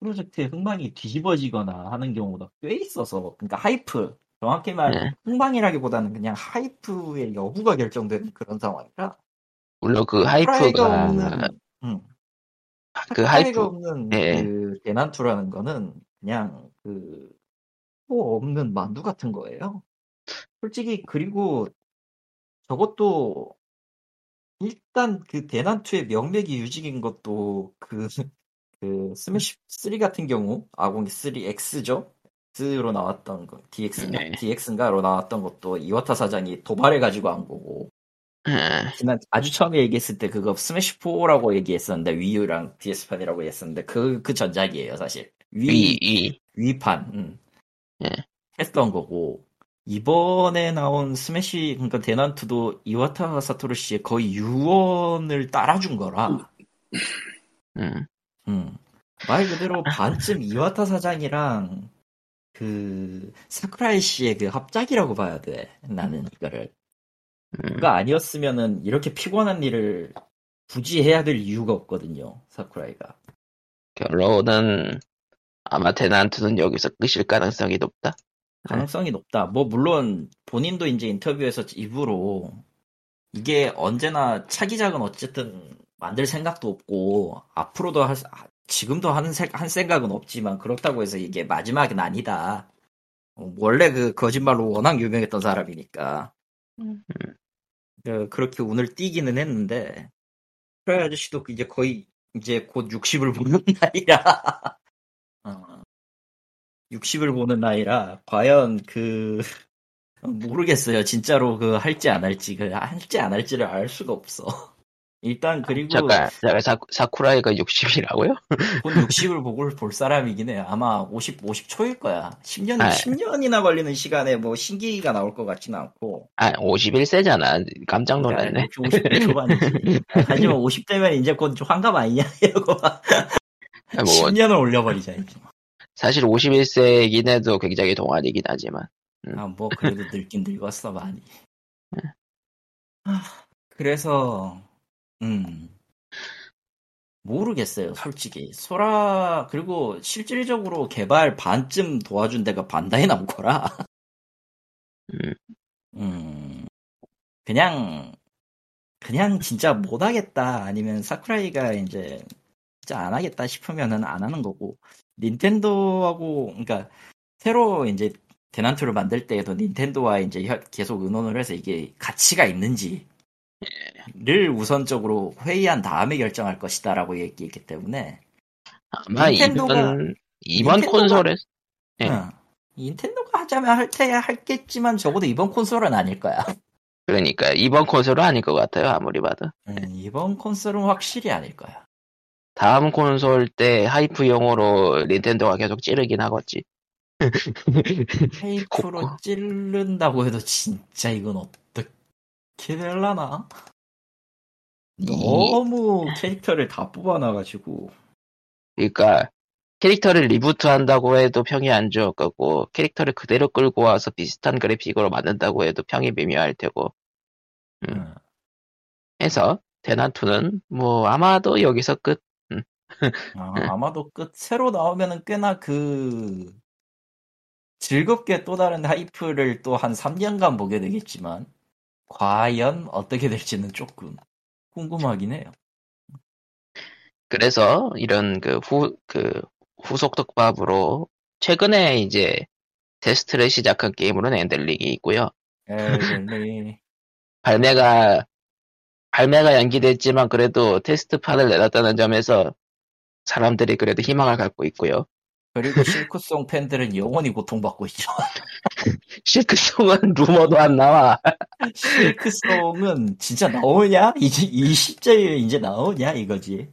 [SPEAKER 2] 프로젝트의 흥망이 뒤집어지거나 하는 경우가 꽤 있어서 그러니까 하이프 정확히 말하면
[SPEAKER 1] 네.
[SPEAKER 2] 흥망이라기보다는 그냥 하이프의 여부가 결정되는 그런 상황이라
[SPEAKER 1] 물론 그
[SPEAKER 2] 프라이가
[SPEAKER 1] 하이프가
[SPEAKER 2] 없는 음,
[SPEAKER 1] 그
[SPEAKER 2] 프라이가
[SPEAKER 1] 하이프
[SPEAKER 2] 없는
[SPEAKER 1] 예.
[SPEAKER 2] 그 대난투라는 거는 그냥 그 호 없는 만두 같은 거예요. 솔직히 그리고 저것도 일단 그 대난투의 명맥이 유직인 것도 그, 그 스매시 3 같은 경우 아공이 3 X죠? X로 나왔던 거 DX인가?
[SPEAKER 1] 네.
[SPEAKER 2] DX인가로 나왔던 것도 이와타 사장이 도발해가지고 한 거고
[SPEAKER 1] 예.
[SPEAKER 2] 지난 아주 처음에 얘기했을 때 그거 스매시 4라고 얘기했었는데 위유랑 DS판이라고 얘기했었는데 그, 그 전작이에요 사실
[SPEAKER 1] 위,
[SPEAKER 2] 위,
[SPEAKER 1] 위.
[SPEAKER 2] 위판 음.
[SPEAKER 1] 예.
[SPEAKER 2] 했던 거고 이번에 나온 스매시 그러니까 대난투도 이와타 사토루 씨의 거의 유언을 따라준 거라
[SPEAKER 1] 음.
[SPEAKER 2] 음. 말 그대로 반쯤 이와타 사장이랑 그 사쿠라이 씨의 그 합작이라고 봐야 돼 나는 이거를
[SPEAKER 1] 음.
[SPEAKER 2] 그거 아니었으면은 이렇게 피곤한 일을 굳이 해야 될 이유가 없거든요 사쿠라이가
[SPEAKER 1] 결론은 아마 대난투는 여기서 끝일 가능성이 높다.
[SPEAKER 2] 가능성이 높다 뭐 물론 본인도 이제 인터뷰에서 입으로 이게 언제나 차기작은 어쨌든 만들 생각도 없고 앞으로도 할 수- 아, 지금도 하는 생- 한 생각은 없지만 그렇다고 해서 이게 마지막은 아니다. 어, 원래 그 거짓말로 워낙 유명했던 사람이니까
[SPEAKER 5] 음.
[SPEAKER 2] 그- 그렇게 운을 띄기는 했는데 프라이 아저씨도 이제 거의 이제 곧 60을 보는 나이라 60을 보는 나이라 과연 그 모르겠어요. 진짜로 그 할지 안 할지 그 할지 안 할지를 알 수가 없어. 일단 그리고
[SPEAKER 1] 잠깐, 잠깐 사, 사쿠라이가 60이라고요?
[SPEAKER 2] 곧 60을 보고 볼 사람이긴 해요. 아마 50, 50 초일 거야. 10년,
[SPEAKER 1] 아.
[SPEAKER 2] 10년이나 걸리는 시간에 뭐 신기가 나올 것 같진 않고. 그러니까
[SPEAKER 1] 아, 51세잖아. 깜짝 놀랐네.
[SPEAKER 2] 50대 초반이지. 하지만 50대면 이제 곧 환갑 아니냐, 이러고 막
[SPEAKER 1] 아, 뭐,
[SPEAKER 2] 그러니까 10년을 올려버리자, 이제.
[SPEAKER 1] 사실 51세이긴 해도 굉장히 동안이긴 하지만.
[SPEAKER 2] 아, 뭐, 그래도 늙긴 늙었어, 많이. 아, 그래서, 음. 모르겠어요, 솔직히. 소라, 그리고 실질적으로 개발 반쯤 도와준 데가 반다이 남코라.
[SPEAKER 1] 음.
[SPEAKER 2] 음. 그냥, 그냥 진짜 못하겠다. 아니면 사쿠라이가 이제 진짜 안 하겠다 싶으면은 안 하는 거고. 닌텐도하고, 그러니까, 새로 이제 대난투를 만들 때에도 닌텐도와 이제 혀- 계속 의논을 해서 이게 가치가 있는지를 우선적으로 회의한 다음에 결정할 것이다라고 얘기했기 때문에
[SPEAKER 1] 아마
[SPEAKER 2] 닌텐도가-
[SPEAKER 1] 이번, 이번
[SPEAKER 2] 닌텐도가-
[SPEAKER 1] 콘솔에, 네.
[SPEAKER 2] 응. 닌텐도가 하자면 할 테야 할겠지만 적어도 이번 콘솔은 아닐 거야.
[SPEAKER 1] 그러니까 이번 콘솔은 아닐 것 같아요. 아무리 봐도.
[SPEAKER 2] 음, 이번 콘솔은 확실히 아닐 거야.
[SPEAKER 1] 다음 콘솔 때 하이프용으로 닌텐도가 계속 찌르긴 하겠지.
[SPEAKER 2] 테이프로
[SPEAKER 1] 코코.
[SPEAKER 2] 찌른다고 해도 진짜 이건 어떻게 될라나?
[SPEAKER 1] 이-
[SPEAKER 2] 너무 캐릭터를 다 뽑아놔가지고
[SPEAKER 1] 그러니까 캐릭터를 리부트한다고 해도 평이 안 좋을 거고 캐릭터를 그대로 끌고 와서 비슷한 그래픽으로 만든다고 해도 평이 미묘할 테고 음.
[SPEAKER 2] 응.
[SPEAKER 1] 해서 대난투는 뭐 아마도 여기서 끝.
[SPEAKER 2] 아, 아마도 끝 새로 나오면은 꽤나 그 즐겁게 또 다른 하이프를 또 한 3년간 보게 되겠지만 과연 어떻게 될지는 조금 궁금하긴 해요.
[SPEAKER 1] 그래서 이런 그 후 그 후속 덕밥으로 최근에 이제 테스트를 시작한 게임으로는 엔델링이 있고요.
[SPEAKER 2] 예, 엘리
[SPEAKER 1] 발매가 발매가 연기됐지만 그래도 테스트판을 내놨다는 점에서 사람들이 그래도 희망을 갖고 있고요.
[SPEAKER 2] 그리고 실크송 팬들은 영원히 고통받고 있죠.
[SPEAKER 1] 실크송은 루머도 안 나와.
[SPEAKER 2] 실크송은 진짜 나오냐? 이제 이 시점에 이제 나오냐 이거지.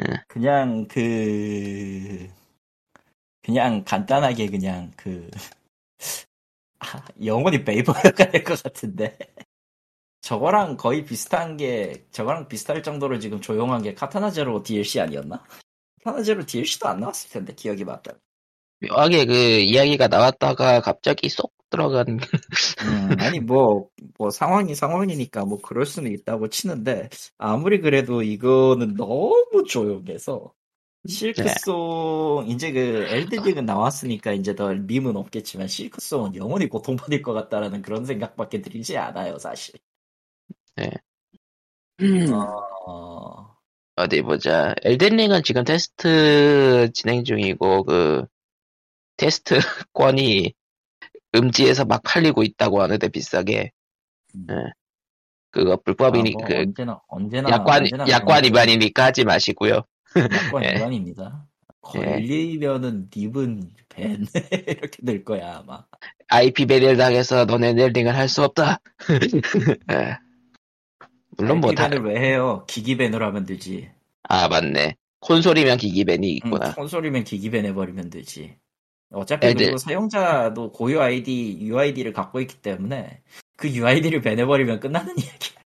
[SPEAKER 1] 응.
[SPEAKER 2] 그냥 그 그냥 간단하게 그냥 그 아, 영원히 베이버가 될 것 같은데. 저거랑 거의 비슷한 게 저거랑 비슷할 정도로 지금 조용한 게 카타나 제로 DLC 아니었나? 카타나 제로 DLC도 안 나왔을 텐데 기억이 맞다.
[SPEAKER 1] 묘하게 그 이야기가 나왔다가 갑자기 쏙 들어간
[SPEAKER 2] 음, 아니 뭐, 뭐 상황이 상황이니까 뭐 그럴 수는 있다고 치는데 아무리 그래도 이거는 너무 조용해서
[SPEAKER 1] 음.
[SPEAKER 2] 실크송 이제 그
[SPEAKER 1] 네.
[SPEAKER 2] 엘드링은 나왔으니까 이제 더 밈은 없겠지만 실크송은 영원히 고통받을 것 같다라는 그런 생각밖에 들지 않아요 사실.
[SPEAKER 3] 아,
[SPEAKER 2] 어,
[SPEAKER 1] 어디 보자. 엘든링은 지금 테스트 진행 중이고 그 테스트권이 음지에서 막 팔리고 있다고 하는데 비싸게.
[SPEAKER 2] 음.
[SPEAKER 1] 예. 그거 불법이니
[SPEAKER 2] 아, 뭐
[SPEAKER 1] 그
[SPEAKER 2] 언제나 언제나
[SPEAKER 1] 약관
[SPEAKER 2] 언제나
[SPEAKER 1] 약관
[SPEAKER 2] 그런-
[SPEAKER 1] 위반이니까 하지 마시고요.
[SPEAKER 2] 약관
[SPEAKER 1] 예.
[SPEAKER 2] 위반입니다.
[SPEAKER 1] 예.
[SPEAKER 2] 걸리면은 닙은 밴 이렇게 될 거야 아마.
[SPEAKER 1] IP 배를 당해서 너네 넬링을 할 수 없다. 예. 물론 뭐 다,
[SPEAKER 2] 기기밴을 왜 해요? 기기밴으로 하면 되지.
[SPEAKER 1] 아 맞네. 콘솔이면 기기밴이
[SPEAKER 2] 응,
[SPEAKER 1] 있구나.
[SPEAKER 2] 콘솔이면 기기밴 해버리면 되지. 어차피
[SPEAKER 1] 애들.
[SPEAKER 2] 그리고 사용자도 고유 아이디, UID를 갖고 있기 때문에 그 UID를 밴해버리면 끝나는 이야기야.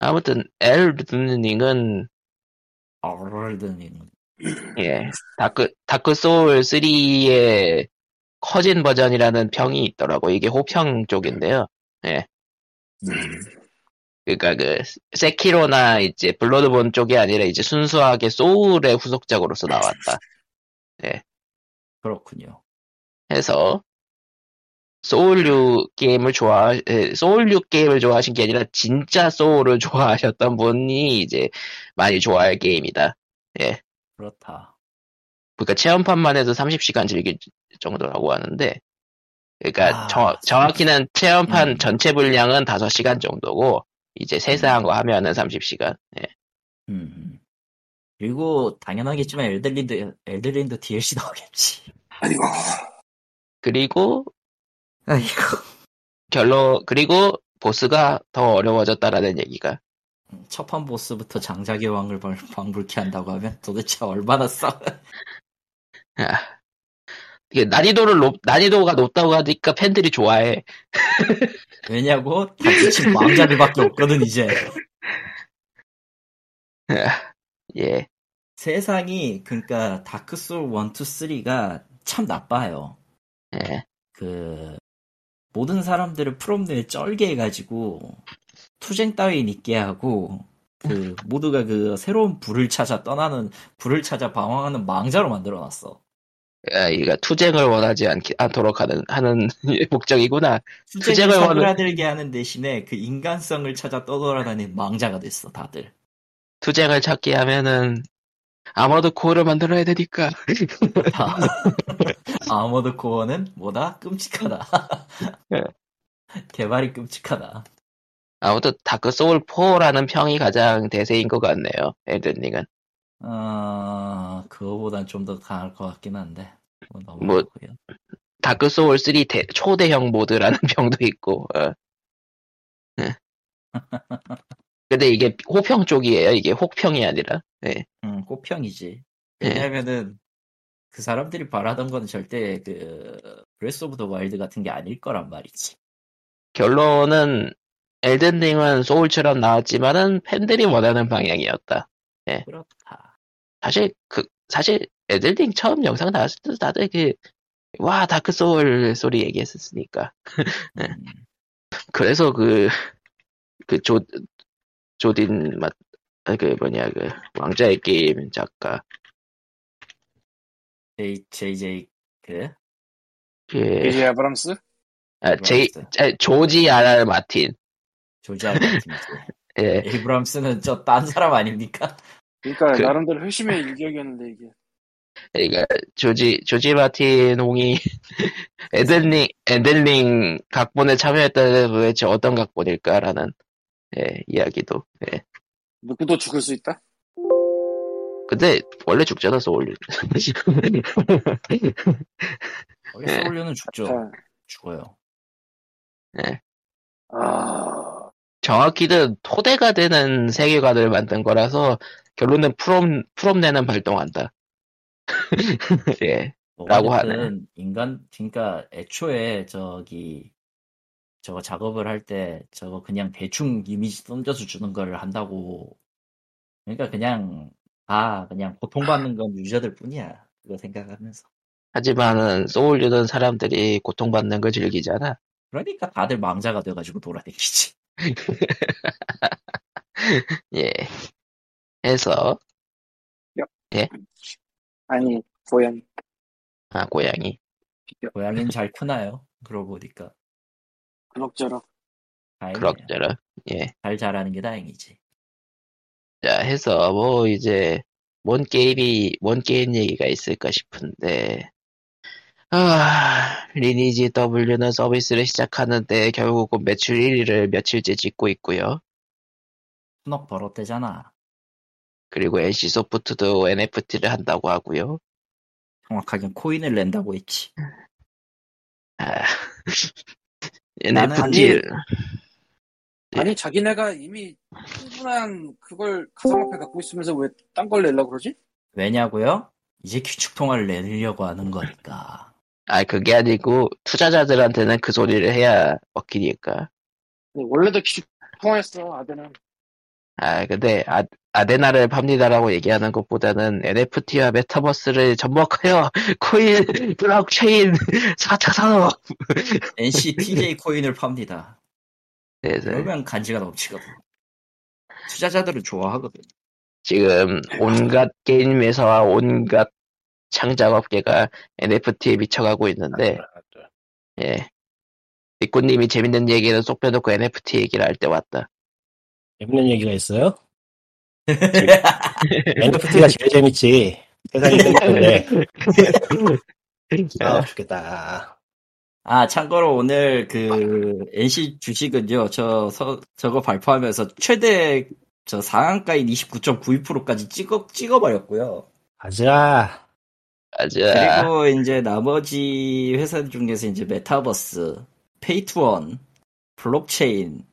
[SPEAKER 1] 아무튼 엘든링은
[SPEAKER 2] 어르든
[SPEAKER 1] 예 다크 다크 소울 3의 커진 버전이라는 평이 있더라고. 이게 호평 쪽인데요. 음. 그러니까 그 세키로나 이제 블러드본 쪽이 아니라 이제 순수하게 소울의 후속작으로서 나왔다.
[SPEAKER 2] 그렇군요.
[SPEAKER 1] 해서 소울류 게임을 좋아 에, 소울류 게임을 좋아하신 게 아니라 진짜 소울을 좋아하셨던 분이 이제 많이 좋아할 게임이다.
[SPEAKER 2] 그렇다.
[SPEAKER 1] 그러니까 체험판만 해도 30시간 즐길 정도라고 하는데 그러니까
[SPEAKER 2] 아,
[SPEAKER 1] 정, 정확히는 체험판
[SPEAKER 2] 음.
[SPEAKER 1] 전체 분량은 5시간 정도고 이제 세세한 거 하면은 30시간. 예.
[SPEAKER 2] 음. 그리고 당연하겠지만 엘든린드 엘든린드 DLC 나오겠지.
[SPEAKER 3] 아이고
[SPEAKER 1] 그리고
[SPEAKER 2] 아이고.
[SPEAKER 1] 결론 그리고 보스가 더 어려워졌다라는 얘기가
[SPEAKER 2] 첫판 보스부터 장작의 왕을 벌- 방불케 한다고 하면 도대체 얼마나 싸?
[SPEAKER 1] 이게 난이도를 높 난이도가 높다고 하니까 팬들이 좋아해.
[SPEAKER 2] 왜냐고? 다 미친 왕자들밖에 없거든 이제.
[SPEAKER 1] 예.
[SPEAKER 2] 세상이 그러니까 다크 소울 1, 2, 3가 참 나빠요.
[SPEAKER 1] 예.
[SPEAKER 2] 그 모든 사람들을 프롬드에 쩔게 해가지고 투쟁 따윈 있게 하고 그 모두가 그 새로운 불을 찾아 떠나는 불을 찾아 방황하는 망자로 만들어놨어.
[SPEAKER 1] 아, 이거 투쟁을 원하지 않, 않도록 하는, 하는 목적이구나. 투쟁을
[SPEAKER 2] 투쟁을
[SPEAKER 1] 원하는-
[SPEAKER 2] 사그라들게 하는 대신에 그 인간성을 찾아 떠돌아다니는 망자가 됐어 다들.
[SPEAKER 1] 투쟁을 찾기 하면은, 아마도 코어를 만들어야 되니까.
[SPEAKER 2] 다. 아머드 코어는 뭐다? 끔찍하다.
[SPEAKER 1] 예.
[SPEAKER 2] 개발이 끔찍하다.
[SPEAKER 1] 아무튼 다크 소울 4라는 평이 가장 대세인 것 같네요. 엘든링은.
[SPEAKER 2] 아, 그거보단 좀 더 강할 것 같긴 한데. 뭐,
[SPEAKER 1] 뭐,
[SPEAKER 2] 넘어가고요.
[SPEAKER 1] 다크 소울 3 대- 초대형 모드라는 평도 있고. 어. 예. 근데 이게 호평 쪽이에요. 이게 혹평이 아니라. 예.
[SPEAKER 2] 음, 꽃평이지. 왜냐면은, 그 사람들이 바라던 건 절대 그, 브레스 오브 더 와일드 같은 게 아닐 거란 말이지.
[SPEAKER 1] 결론은 엘든링은 소울처럼 나왔지만은 팬들이 원하는 방향이었다.
[SPEAKER 2] 그렇다.
[SPEAKER 1] 사실 그 사실 엘든링 처음 영상 나왔을 때도 다들 그 와 다크 소울 소리 얘기했었으니까 네.
[SPEAKER 2] 음,
[SPEAKER 1] 그래서 그 그 조 조딘 맞그 뭐냐 그 왕자의 게임 작가
[SPEAKER 2] J, JJ, 그,
[SPEAKER 1] 예.
[SPEAKER 3] 이제 아브람스
[SPEAKER 1] 아, 제이 아, 조지 아랄 마틴
[SPEAKER 2] 조지 아르바이트입니다.
[SPEAKER 1] 예
[SPEAKER 2] 에이브람스는 저 딴 사람 아닙니까?
[SPEAKER 3] 그러니까
[SPEAKER 1] 그-
[SPEAKER 3] 나름대로 회심의 일격이었는데 이게
[SPEAKER 1] 그러니까 조지 조지 마틴 홍이 엘든링 엘든링 각본에 참여했다는 도대체 어떤 각본일까라는 예 이야기도 예
[SPEAKER 3] 누구도 죽을 수 있다
[SPEAKER 1] 근데 원래 죽잖아 소울 지금
[SPEAKER 2] 원래
[SPEAKER 1] 예.
[SPEAKER 2] 소울류는 죽죠.
[SPEAKER 3] 자,
[SPEAKER 2] 죽어요.
[SPEAKER 3] 아
[SPEAKER 1] 정확히는 토대가 되는 세계관을 만든 거라서 결론은 프롬 프롬내는 발동한다. 예,
[SPEAKER 2] 뭐
[SPEAKER 1] 라고
[SPEAKER 2] 어쨌든 인간 그러니까 애초에 저기 저거 작업을 할 때 저거 그냥 대충 이미지 던져서 주는 걸 한다고 그러니까 그냥 아 그냥 고통받는 건 유저들 뿐이야 그거 생각하면서
[SPEAKER 1] 하지만은 소울류는 사람들이 고통받는 걸 즐기잖아.
[SPEAKER 2] 그러니까 다들 망자가 돼가지고 돌아다니지
[SPEAKER 1] 예, 해서
[SPEAKER 3] 아니 고양
[SPEAKER 1] 아 고양이
[SPEAKER 2] 고양이는 잘 크나요? 그러고 보니까
[SPEAKER 3] 그럭저럭
[SPEAKER 2] 다행이네요
[SPEAKER 1] 그럭저럭 예,
[SPEAKER 2] 잘 자라는 게 다행이지
[SPEAKER 1] 자 해서 뭐 이제 뭔 게임이 뭔 게임 얘기가 있을까 싶은데. 아, 리니지 W는 서비스를 시작하는데 결국은 매출 1위를 며칠째 찍고 있고요.
[SPEAKER 2] 수넉 벌었대잖아
[SPEAKER 1] 그리고 NC 소프트도 NFT를 한다고 하고요.
[SPEAKER 2] 정확하게 코인을 낸다고 했지
[SPEAKER 1] 아,
[SPEAKER 2] 나는
[SPEAKER 1] NFT 예.
[SPEAKER 3] 아니 자기네가 이미 충분한 그걸 가상화폐 갖고 있으면서 왜 딴 걸 내려고 그러지?
[SPEAKER 2] 왜냐고요? 이제 규칙 통화를 내려고 하는 거니까
[SPEAKER 1] 아 그게 아니고 투자자들한테는 그 소리를 해야 먹히니까.
[SPEAKER 3] 아니, 네, 원래도 기축 통화했어 아들은
[SPEAKER 1] 아 근데 아, 아데나를 팝니다라고 얘기하는 것보다는 NFT와 메타버스를 접목하여 코인 블록체인 4차 산업.
[SPEAKER 2] NC TJ 코인을 팝니다.
[SPEAKER 1] 그래서
[SPEAKER 2] 그러면 간지가 넘치거든. 네. 투자자들을 좋아하거든.
[SPEAKER 1] 지금
[SPEAKER 2] 네,
[SPEAKER 1] 온갖 게임 회사와 온갖 창작업계가 NFT에 미쳐가고 있는데 예. 니꾸님이 재밌는 얘기는 쏙 빼놓고 NFT 얘기를 할 때 왔다.
[SPEAKER 5] 재밌는 얘기가 있어요? NFT가 제일 재밌지. 세상이 재밌는데.
[SPEAKER 2] 어,
[SPEAKER 5] 아, 좋겠다.
[SPEAKER 2] 아, 참고로 오늘 그 NC 주식은요, 저, 서- 저거 발표하면서 최대 저 상한가인 29.92%까지 찍어, 찍어버렸고요.
[SPEAKER 5] 가자.
[SPEAKER 1] 맞아.
[SPEAKER 2] 그리고 이제 나머지 회사 중에서 이제 메타버스, 페이투원, 블록체인,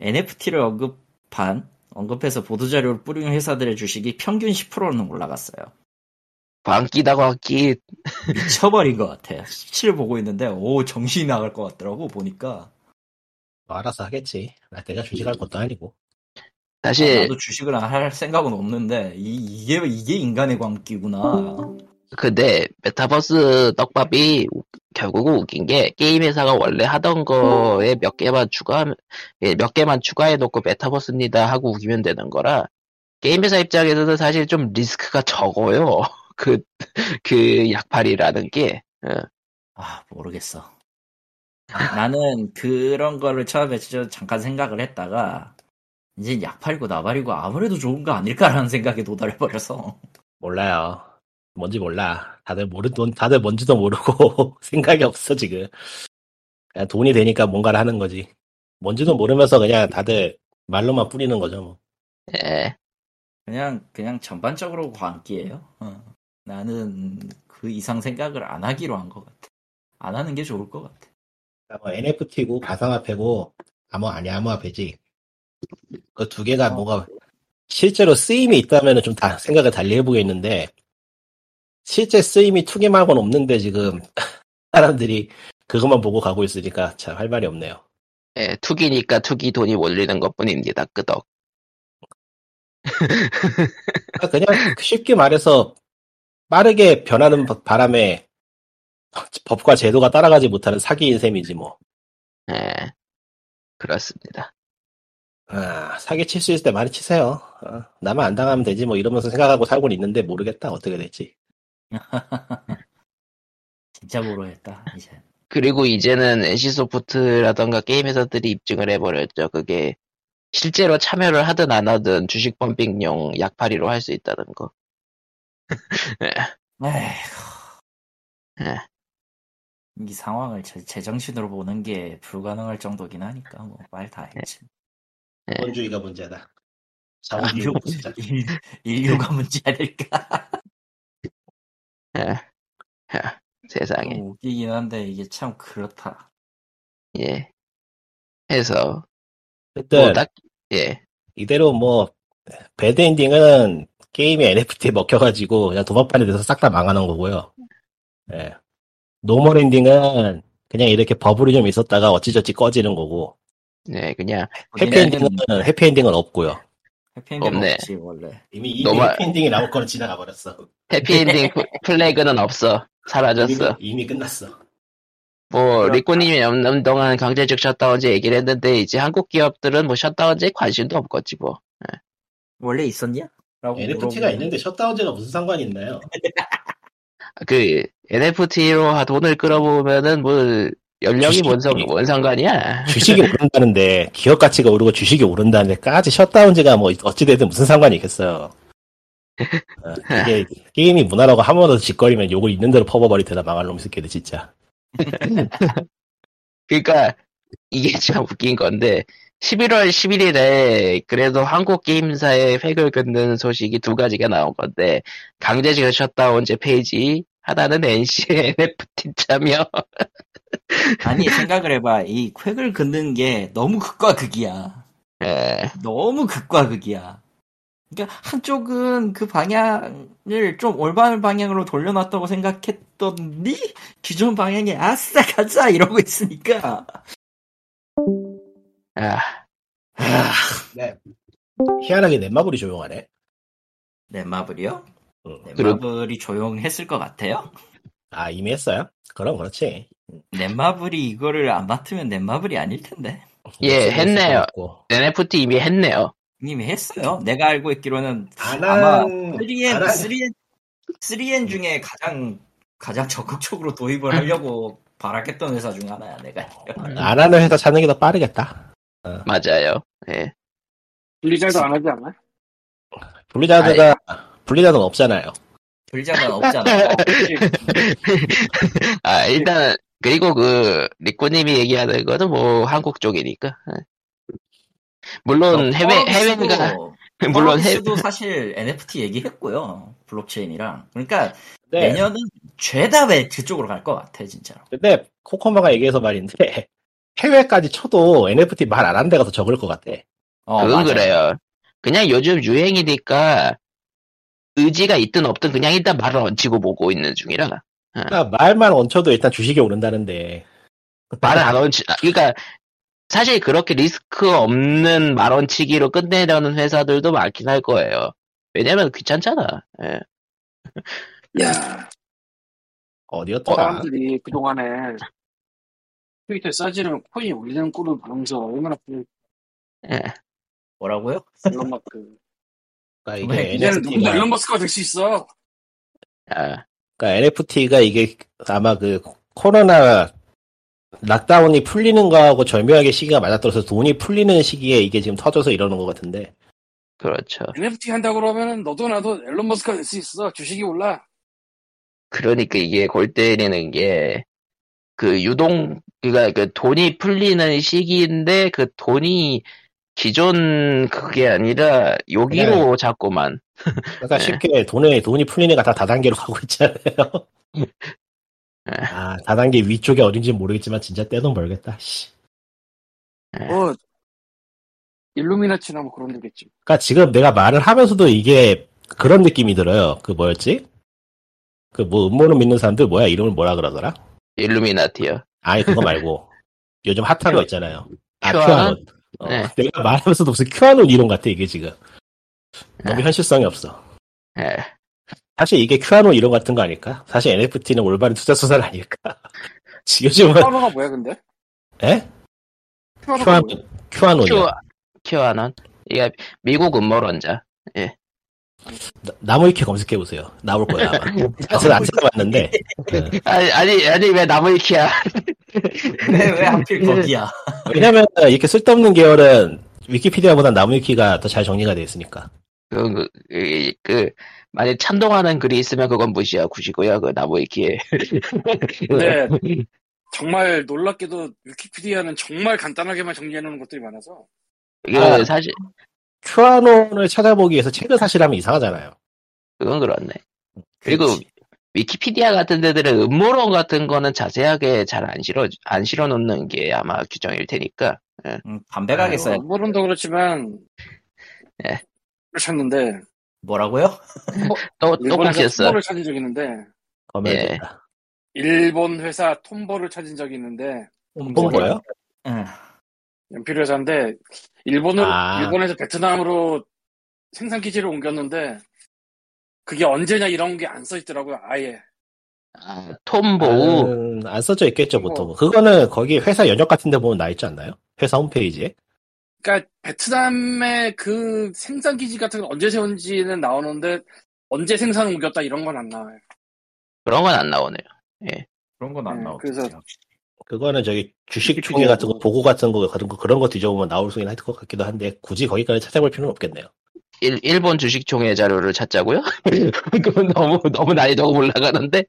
[SPEAKER 2] NFT를 언급한, 언급해서 보도자료를 뿌리는 회사들의 주식이 평균 10%는 올라갔어요.
[SPEAKER 1] 광기다 광기.
[SPEAKER 2] 미쳐버린 것 같아요. 수치를 보고 있는데, 오, 정신이 나갈 것 같더라고, 보니까.
[SPEAKER 5] 뭐 알아서 하겠지. 나 내가 주식할 것도 아니고.
[SPEAKER 2] 아,
[SPEAKER 1] 사실
[SPEAKER 2] 나도 주식을 안할 생각은 없는데 이, 게 이게 인간의 광기구나.
[SPEAKER 1] 근데 메타버스 떡밥이 우- 결국은 웃긴 게 게임 회사가 원래 하던 거에 몇 개만 추가 예, 몇 개만 추가해 놓고 메타버스입니다 하고 우기면 되는 거라 게임 회사 입장에서는 사실 좀 리스크가 적어요. 그 그 약팔이라는 게
[SPEAKER 2] 아 모르겠어. 나는 그런 거를 처음에 진짜 잠깐 생각을 했다가 이제 약팔고 나발이고 아무래도 좋은 거 아닐까라는 생각에 도달해버려서
[SPEAKER 5] 몰라요. 뭔지 몰라. 다들 모르, 돈, 다들 뭔지도 모르고 생각이 없어, 지금. 그냥 돈이 되니까 뭔가를 하는 거지. 뭔지도 모르면서 그냥 다들 말로만 뿌리는 거죠, 뭐.
[SPEAKER 1] 예.
[SPEAKER 2] 그냥 그냥 전반적으로 광기예요. 어. 나는 그 이상 생각을 안 하기로 한 것 같아. 안 하는 게 좋을 것 같아.
[SPEAKER 5] 그러니까 뭐 NFT고 가상화폐고 암호 아니 암호화폐지. 그 두 개가 뭐가 실제로 쓰임이 있다면 좀 다 생각을 달리 해보겠는데 실제 쓰임이 투기 말고는 없는데 지금 사람들이 그것만 보고 가고 있으니까 참 할 말이 없네요.
[SPEAKER 1] 예, 투기니까 투기 돈이 몰리는 것뿐입니다. 끄덕.
[SPEAKER 5] 그러니까 그냥 쉽게 말해서 빠르게 변하는 바- 바람에 법과 제도가 따라가지 못하는 사기인 셈이지 뭐.
[SPEAKER 1] 예. 그렇습니다.
[SPEAKER 5] 아, 사기 칠 수 있을 때 많이 치세요. 아, 나만 안 당하면 되지 뭐 이러면서 생각하고 살고 있는데 모르겠다 어떻게 될지.
[SPEAKER 2] 진짜 모르겠다 이제.
[SPEAKER 1] 그리고 이제는 NC소프트라던가 게임 회사들이 입증을 해버렸죠. 그게 실제로 참여를 하든 안 하든 주식 펌핑용 약팔이로 할 수 있다는 거.
[SPEAKER 5] 어.
[SPEAKER 2] 에휴.
[SPEAKER 5] 네.
[SPEAKER 1] 예.
[SPEAKER 2] 이 상황을 제, 제정신으로 보는 게 불가능할 정도긴 하니까 뭐 말 다 했지.
[SPEAKER 1] 네.
[SPEAKER 5] 자본주의가 문제다.
[SPEAKER 1] 아,
[SPEAKER 5] 자본주의가 문제다.
[SPEAKER 2] 인- 인류가 문제 아닐까.
[SPEAKER 1] 세상에.
[SPEAKER 2] 좀 웃기긴 한데 이게 참 그렇다.
[SPEAKER 1] 예. 해서 뭐
[SPEAKER 5] 어쨌든
[SPEAKER 1] 딱, 예.
[SPEAKER 5] 이대로 뭐 배드 엔딩은 게임이 NFT에 먹혀가지고 그냥 도박판이 돼서 싹 다 망하는 거고요. 예. 노멀 엔딩은 그냥 이렇게 버블이 좀 있었다가 어찌저찌 꺼지는 거고
[SPEAKER 1] 네, 그냥
[SPEAKER 5] 해피 엔딩은 해피 엔딩은 없고요.
[SPEAKER 2] 해피엔딩
[SPEAKER 1] 없네.
[SPEAKER 2] 없지 원래.
[SPEAKER 5] 이미 이미
[SPEAKER 1] 노멀-
[SPEAKER 5] 해피 엔딩이 나올 거는 지나가 버렸어.
[SPEAKER 1] 해피엔딩 플- 플래그는 없어. 사라졌어.
[SPEAKER 5] 이미, 이미 끝났어.
[SPEAKER 1] 뭐, 리코님이 없는 동안 강제적 셧다운제 얘기를 했는데, 이제 한국 기업들은 뭐 셧다운제에 관심도 없겠지 뭐.
[SPEAKER 2] 원래 있었냐? 라고
[SPEAKER 5] NFT가
[SPEAKER 2] 물어보고.
[SPEAKER 5] 있는데 셧다운제가 무슨 상관이 있나요?
[SPEAKER 1] 그, NFT로 돈을 끌어모으면은 뭐, 연령이 뭔, 상,
[SPEAKER 5] 주식이.
[SPEAKER 1] 뭔 상관이야.
[SPEAKER 5] 주식이 오른다는데 기업 가치가 오르고 주식이 오른다는데까지 셧다운제가 뭐 어찌되든 무슨 상관이 있겠어요. 어, 이게 게임이 문화라고 한 번 더 짓거리면 욕을 있는 대로 퍼버버리더라 망할 놈이 새끼들 진짜.
[SPEAKER 1] 그러니까 이게 참 웃긴 건데 11월 11일에 그래도 한국 게임사의 획을 긋는 소식이 두 가지가 나온 건데 강제적 셧다운제 페이지 하나는 NC NFT 참여
[SPEAKER 2] 아니 생각을 해봐. 이 퀵을 긋는 게 너무 극과 극이야.
[SPEAKER 1] 예,
[SPEAKER 2] 너무 극과 극이야. 그러니까 한쪽은 그 방향을 좀 올바른 방향으로 돌려놨다고 생각했더니 기존 방향에 아싸 가자 이러고 있으니까
[SPEAKER 1] 아,
[SPEAKER 5] 희한하게 넷마블이 조용하네.
[SPEAKER 2] 네, 넷마블이요?
[SPEAKER 5] 응.
[SPEAKER 2] 넷마블이 조용했을 것 같아요?
[SPEAKER 5] 아 이미 했어요? 그럼 그렇지.
[SPEAKER 2] 넷마블이 이거를 안 맡으면 넷마블이 아닐 텐데
[SPEAKER 1] 예, 했네요.
[SPEAKER 5] 고
[SPEAKER 1] NFT 이미 했네요
[SPEAKER 2] 이미 했어요 내가 알고 있기로는 아마 3N,
[SPEAKER 5] 안한
[SPEAKER 1] 음.
[SPEAKER 2] 3N, 3N 중에 가장 가장 적극적으로 도입을 하려고 바라겠던 회사 중 하나야 내가.
[SPEAKER 5] 안 하는 회사 찾는 게 더 빠르겠다.
[SPEAKER 1] 맞아요. 예.
[SPEAKER 3] 분리자도 안 하지 않아?
[SPEAKER 5] 블리자드가
[SPEAKER 1] 예.
[SPEAKER 5] 블리자드는 없잖아요.
[SPEAKER 2] 불자는 없잖아. 예.
[SPEAKER 1] 아, 일단, 그리고 그, 리코님이 얘기하는 거는 뭐, 한국 쪽이니까. 예. 물론,
[SPEAKER 2] 그러니까
[SPEAKER 1] 해외,
[SPEAKER 2] 어,
[SPEAKER 1] 해외가, 물론 해외,
[SPEAKER 2] 도그 사실 NFT 얘기했고요. 블록체인이랑. 그러니까
[SPEAKER 5] 네.
[SPEAKER 2] 내년은 죄다 왜 그쪽으로 갈 것 같아 진짜로.
[SPEAKER 5] 근데 코코마가 얘기해서 말인데 해외까지 쳐도 NFT 말 안 한 데가 더 적을 것 같아.
[SPEAKER 2] 어,
[SPEAKER 1] 그건
[SPEAKER 2] 맞아.
[SPEAKER 1] 그래요. 그냥 요즘 유행이니까, 의지가 있든 없든 그냥 일단 말을 얹히고 보고 있는 중이라.
[SPEAKER 5] 그러니까 말만 얹혀도 일단 주식이 오른다는데
[SPEAKER 1] 말을 안 얹히, 아, 그러니까, 사실 그렇게 리스크 없는 말 얹히기로 끝내려는 회사들도 많긴 할 거예요. 왜냐면 귀찮잖아. 예.
[SPEAKER 3] 야
[SPEAKER 5] 어디였더라?
[SPEAKER 3] 사람들이 그동안에 트위터에 싸지르면 코인 올리는 꼴을 보면서 얼마나 그-
[SPEAKER 1] 예.
[SPEAKER 2] 뭐라고요?
[SPEAKER 3] 일론 마크
[SPEAKER 5] 그러니까
[SPEAKER 2] 왜
[SPEAKER 5] 이게
[SPEAKER 3] 그 이제는 누군가
[SPEAKER 5] NFT가
[SPEAKER 3] 일론 머스크가 될 수 있어
[SPEAKER 1] 아,
[SPEAKER 5] 그러니까 NFT가 이게 아마 그 코로나 락다운이 풀리는 거하고 절묘하게 시기가 맞아떨어서 돈이 풀리는 시기에 이게 지금 터져서 이러는 것 같은데
[SPEAKER 1] 그렇죠.
[SPEAKER 3] NFT 한다고 그러면은 너도 나도 일론 머스크가 될 수 있어 주식이 올라
[SPEAKER 1] 그러니까 이게 골 때리는 게, 그 유동, 그니까 그 돈이 풀리는 시기인데, 그 돈이 기존 그게 아니라 여기로 자꾸만. 네.
[SPEAKER 5] 그러니까 쉽게 돈에 돈이 풀리니까 다 다단계로 가고 있잖아요. 아 다단계 위쪽에 어딘지 모르겠지만 진짜 떼돈 벌겠다. 씨.
[SPEAKER 3] 뭐 일루미나치나 뭐 그런 데겠지
[SPEAKER 5] 그러니까 지금 내가 말을 하면서도 이게 그런 느낌이 들어요. 그 뭐였지? 그 뭐 음모론 믿는 사람들 뭐야 이름을 뭐라 그러더라?
[SPEAKER 1] 일루미나티요.
[SPEAKER 5] 아니 그거 말고 요즘 핫한 거 있잖아요. 아,
[SPEAKER 1] 큐아논?
[SPEAKER 5] 큐아논. 어,
[SPEAKER 1] 네.
[SPEAKER 5] 내가 말하면서도 무슨 큐아논 이론 같아 이게 지금. 너무
[SPEAKER 1] 네.
[SPEAKER 5] 현실성이 없어.
[SPEAKER 1] 예.
[SPEAKER 5] 사실 이게 큐아논 이론 같은 거 아닐까? 사실 NFT는 올바른 투자 수사는 아닐까? 요즘은
[SPEAKER 3] 큐아노가 뭐야 근데?
[SPEAKER 5] 그 에?
[SPEAKER 3] 큐아노가 뭐야?
[SPEAKER 5] 큐아논 큐아논이야.
[SPEAKER 1] 큐, 큐아논. 이게 미국 음모론자.
[SPEAKER 5] 나- 나무 이렇게 검색해 보세요. 나올 거야 아마. 사실 안 찾아봤는데. 네.
[SPEAKER 1] 아니, 아니, 아니, 왜 나무위키야.
[SPEAKER 2] 왜, 왜 하필 거기야?
[SPEAKER 5] 왜냐면 이렇게 쓸데없는 계열은 위키피디아보다 나무위키가 더 잘 정리가 돼 있으니까.
[SPEAKER 1] 그, 그, 그, 그, 만약 참동하는 글이 있으면 그건 무시하고시고요. 그 나무위키에.
[SPEAKER 3] 근데 정말 놀랍게도 위키피디아는 정말 간단하게만 정리해놓은 것들이 많아서
[SPEAKER 1] 그,
[SPEAKER 5] 아.
[SPEAKER 1] 사실,
[SPEAKER 5] 큐아논을 찾아보기 위해서 책을 사실하면 이상하잖아요.
[SPEAKER 1] 그건 그렇네. 그리고 위키피디아 같은 데들은 음모론 같은 거는 자세하게 잘 안 실어 안 실어 놓는 게 아마 규정일 테니까
[SPEAKER 2] 음, 담백하게 써야
[SPEAKER 3] 물론도 뭐 그렇지만
[SPEAKER 1] 예.
[SPEAKER 3] 를 찾는데
[SPEAKER 2] 뭐라고요?
[SPEAKER 1] 또
[SPEAKER 3] 일본에서
[SPEAKER 1] 똑같이였어.
[SPEAKER 3] 톰보를 찾은 적이 있는데
[SPEAKER 5] 검열됐다.
[SPEAKER 3] 일본 회사 톰보를 찾은 적이 있는데
[SPEAKER 5] 본 거예요?
[SPEAKER 2] 응.
[SPEAKER 3] 연필 회사인데 일본으로
[SPEAKER 5] 아.
[SPEAKER 3] 일본에서 베트남으로 생산 기지를 옮겼는데 그게 언제냐 이런 게 안 써 있더라고요 아예
[SPEAKER 1] 아,
[SPEAKER 3] 아.
[SPEAKER 1] 톰보우
[SPEAKER 5] 음, 안 써져 있겠죠 보통.
[SPEAKER 3] 뭐.
[SPEAKER 5] 그거는 거기 회사 연역 같은데 보면 나 있지 않나요? 회사 홈페이지에.
[SPEAKER 3] 그러니까 베트남의 그 생산 기지 같은 걸 언제 세운지는 나오는데 언제 생산 옮겼다 이런 건 안 나와요
[SPEAKER 1] 그런 건 안 나오네요.
[SPEAKER 2] 그런 건 안
[SPEAKER 3] 네,
[SPEAKER 2] 나오죠.
[SPEAKER 3] 그래서-
[SPEAKER 5] 그거는 저기 주식
[SPEAKER 3] 위키피디아. 뭐.
[SPEAKER 5] 총회 같은 거 보고 같은 거 그런 거 그런 거 뒤져보면 나올 수 있는 것 같기도 한데 굳이 거기까지 찾아볼 필요는 없겠네요.
[SPEAKER 1] 일, 일본 주식총회 자료를 찾자고요? 그건 너무 너무 난이도가 올라가는데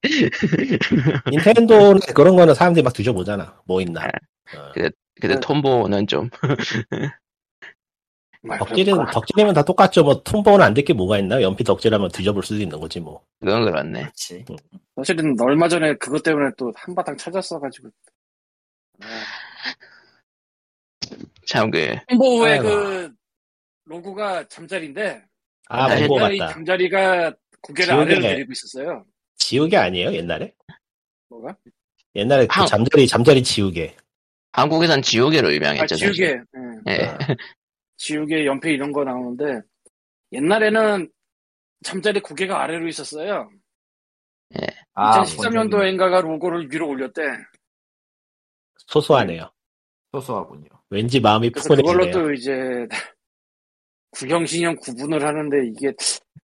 [SPEAKER 5] 닌텐도는 그런 거는 사람들이 막 뒤져보잖아. 뭐 있나. 어.
[SPEAKER 1] 근데
[SPEAKER 3] 네.
[SPEAKER 1] 톰보우는 좀
[SPEAKER 5] 아,
[SPEAKER 3] 말
[SPEAKER 5] 덕질은 덕질이면 다 똑같죠. 뭐 톰보는 안 될 게 뭐가 있나? 연필 덕질하면 뒤져볼 수도 있는 거지 뭐.
[SPEAKER 1] 그건 그렇네.
[SPEAKER 2] 그렇지.
[SPEAKER 3] 사실은 얼마 전에 그것 때문에 또 한바탕 찾았어가지고 아,
[SPEAKER 1] 참 그
[SPEAKER 3] 홍보의
[SPEAKER 5] 아이고.
[SPEAKER 3] 그 로고가 잠자리인데
[SPEAKER 5] 아,
[SPEAKER 1] 아,
[SPEAKER 5] 본거
[SPEAKER 3] 옛날에 이
[SPEAKER 5] 같다.
[SPEAKER 3] 잠자리가 고개를
[SPEAKER 5] 지우개네.
[SPEAKER 3] 아래로 내리고 있었어요
[SPEAKER 5] 지우개 아니에요 옛날에?
[SPEAKER 3] 뭐가?
[SPEAKER 5] 옛날에 그
[SPEAKER 1] 아.
[SPEAKER 5] 잠자리 잠자리 지우개.
[SPEAKER 1] 한국에선 지우개로
[SPEAKER 5] 네,
[SPEAKER 3] 아
[SPEAKER 1] 유명했죠. 사실.
[SPEAKER 3] 지우개 예.
[SPEAKER 1] 예.
[SPEAKER 5] 어.
[SPEAKER 3] 지우개 연필 이런 거 나오는데 옛날에는 잠자리 고개가 아래로 있었어요
[SPEAKER 2] 아,
[SPEAKER 3] 2013년도인가가 로고를 위로 올렸대
[SPEAKER 5] 소소하네요.
[SPEAKER 2] 소소하군요.
[SPEAKER 5] 왠지 마음이
[SPEAKER 3] 그래서 그걸로
[SPEAKER 5] 푸근해지네요.
[SPEAKER 3] 또 이제 구형신형 구분을 하는데 이게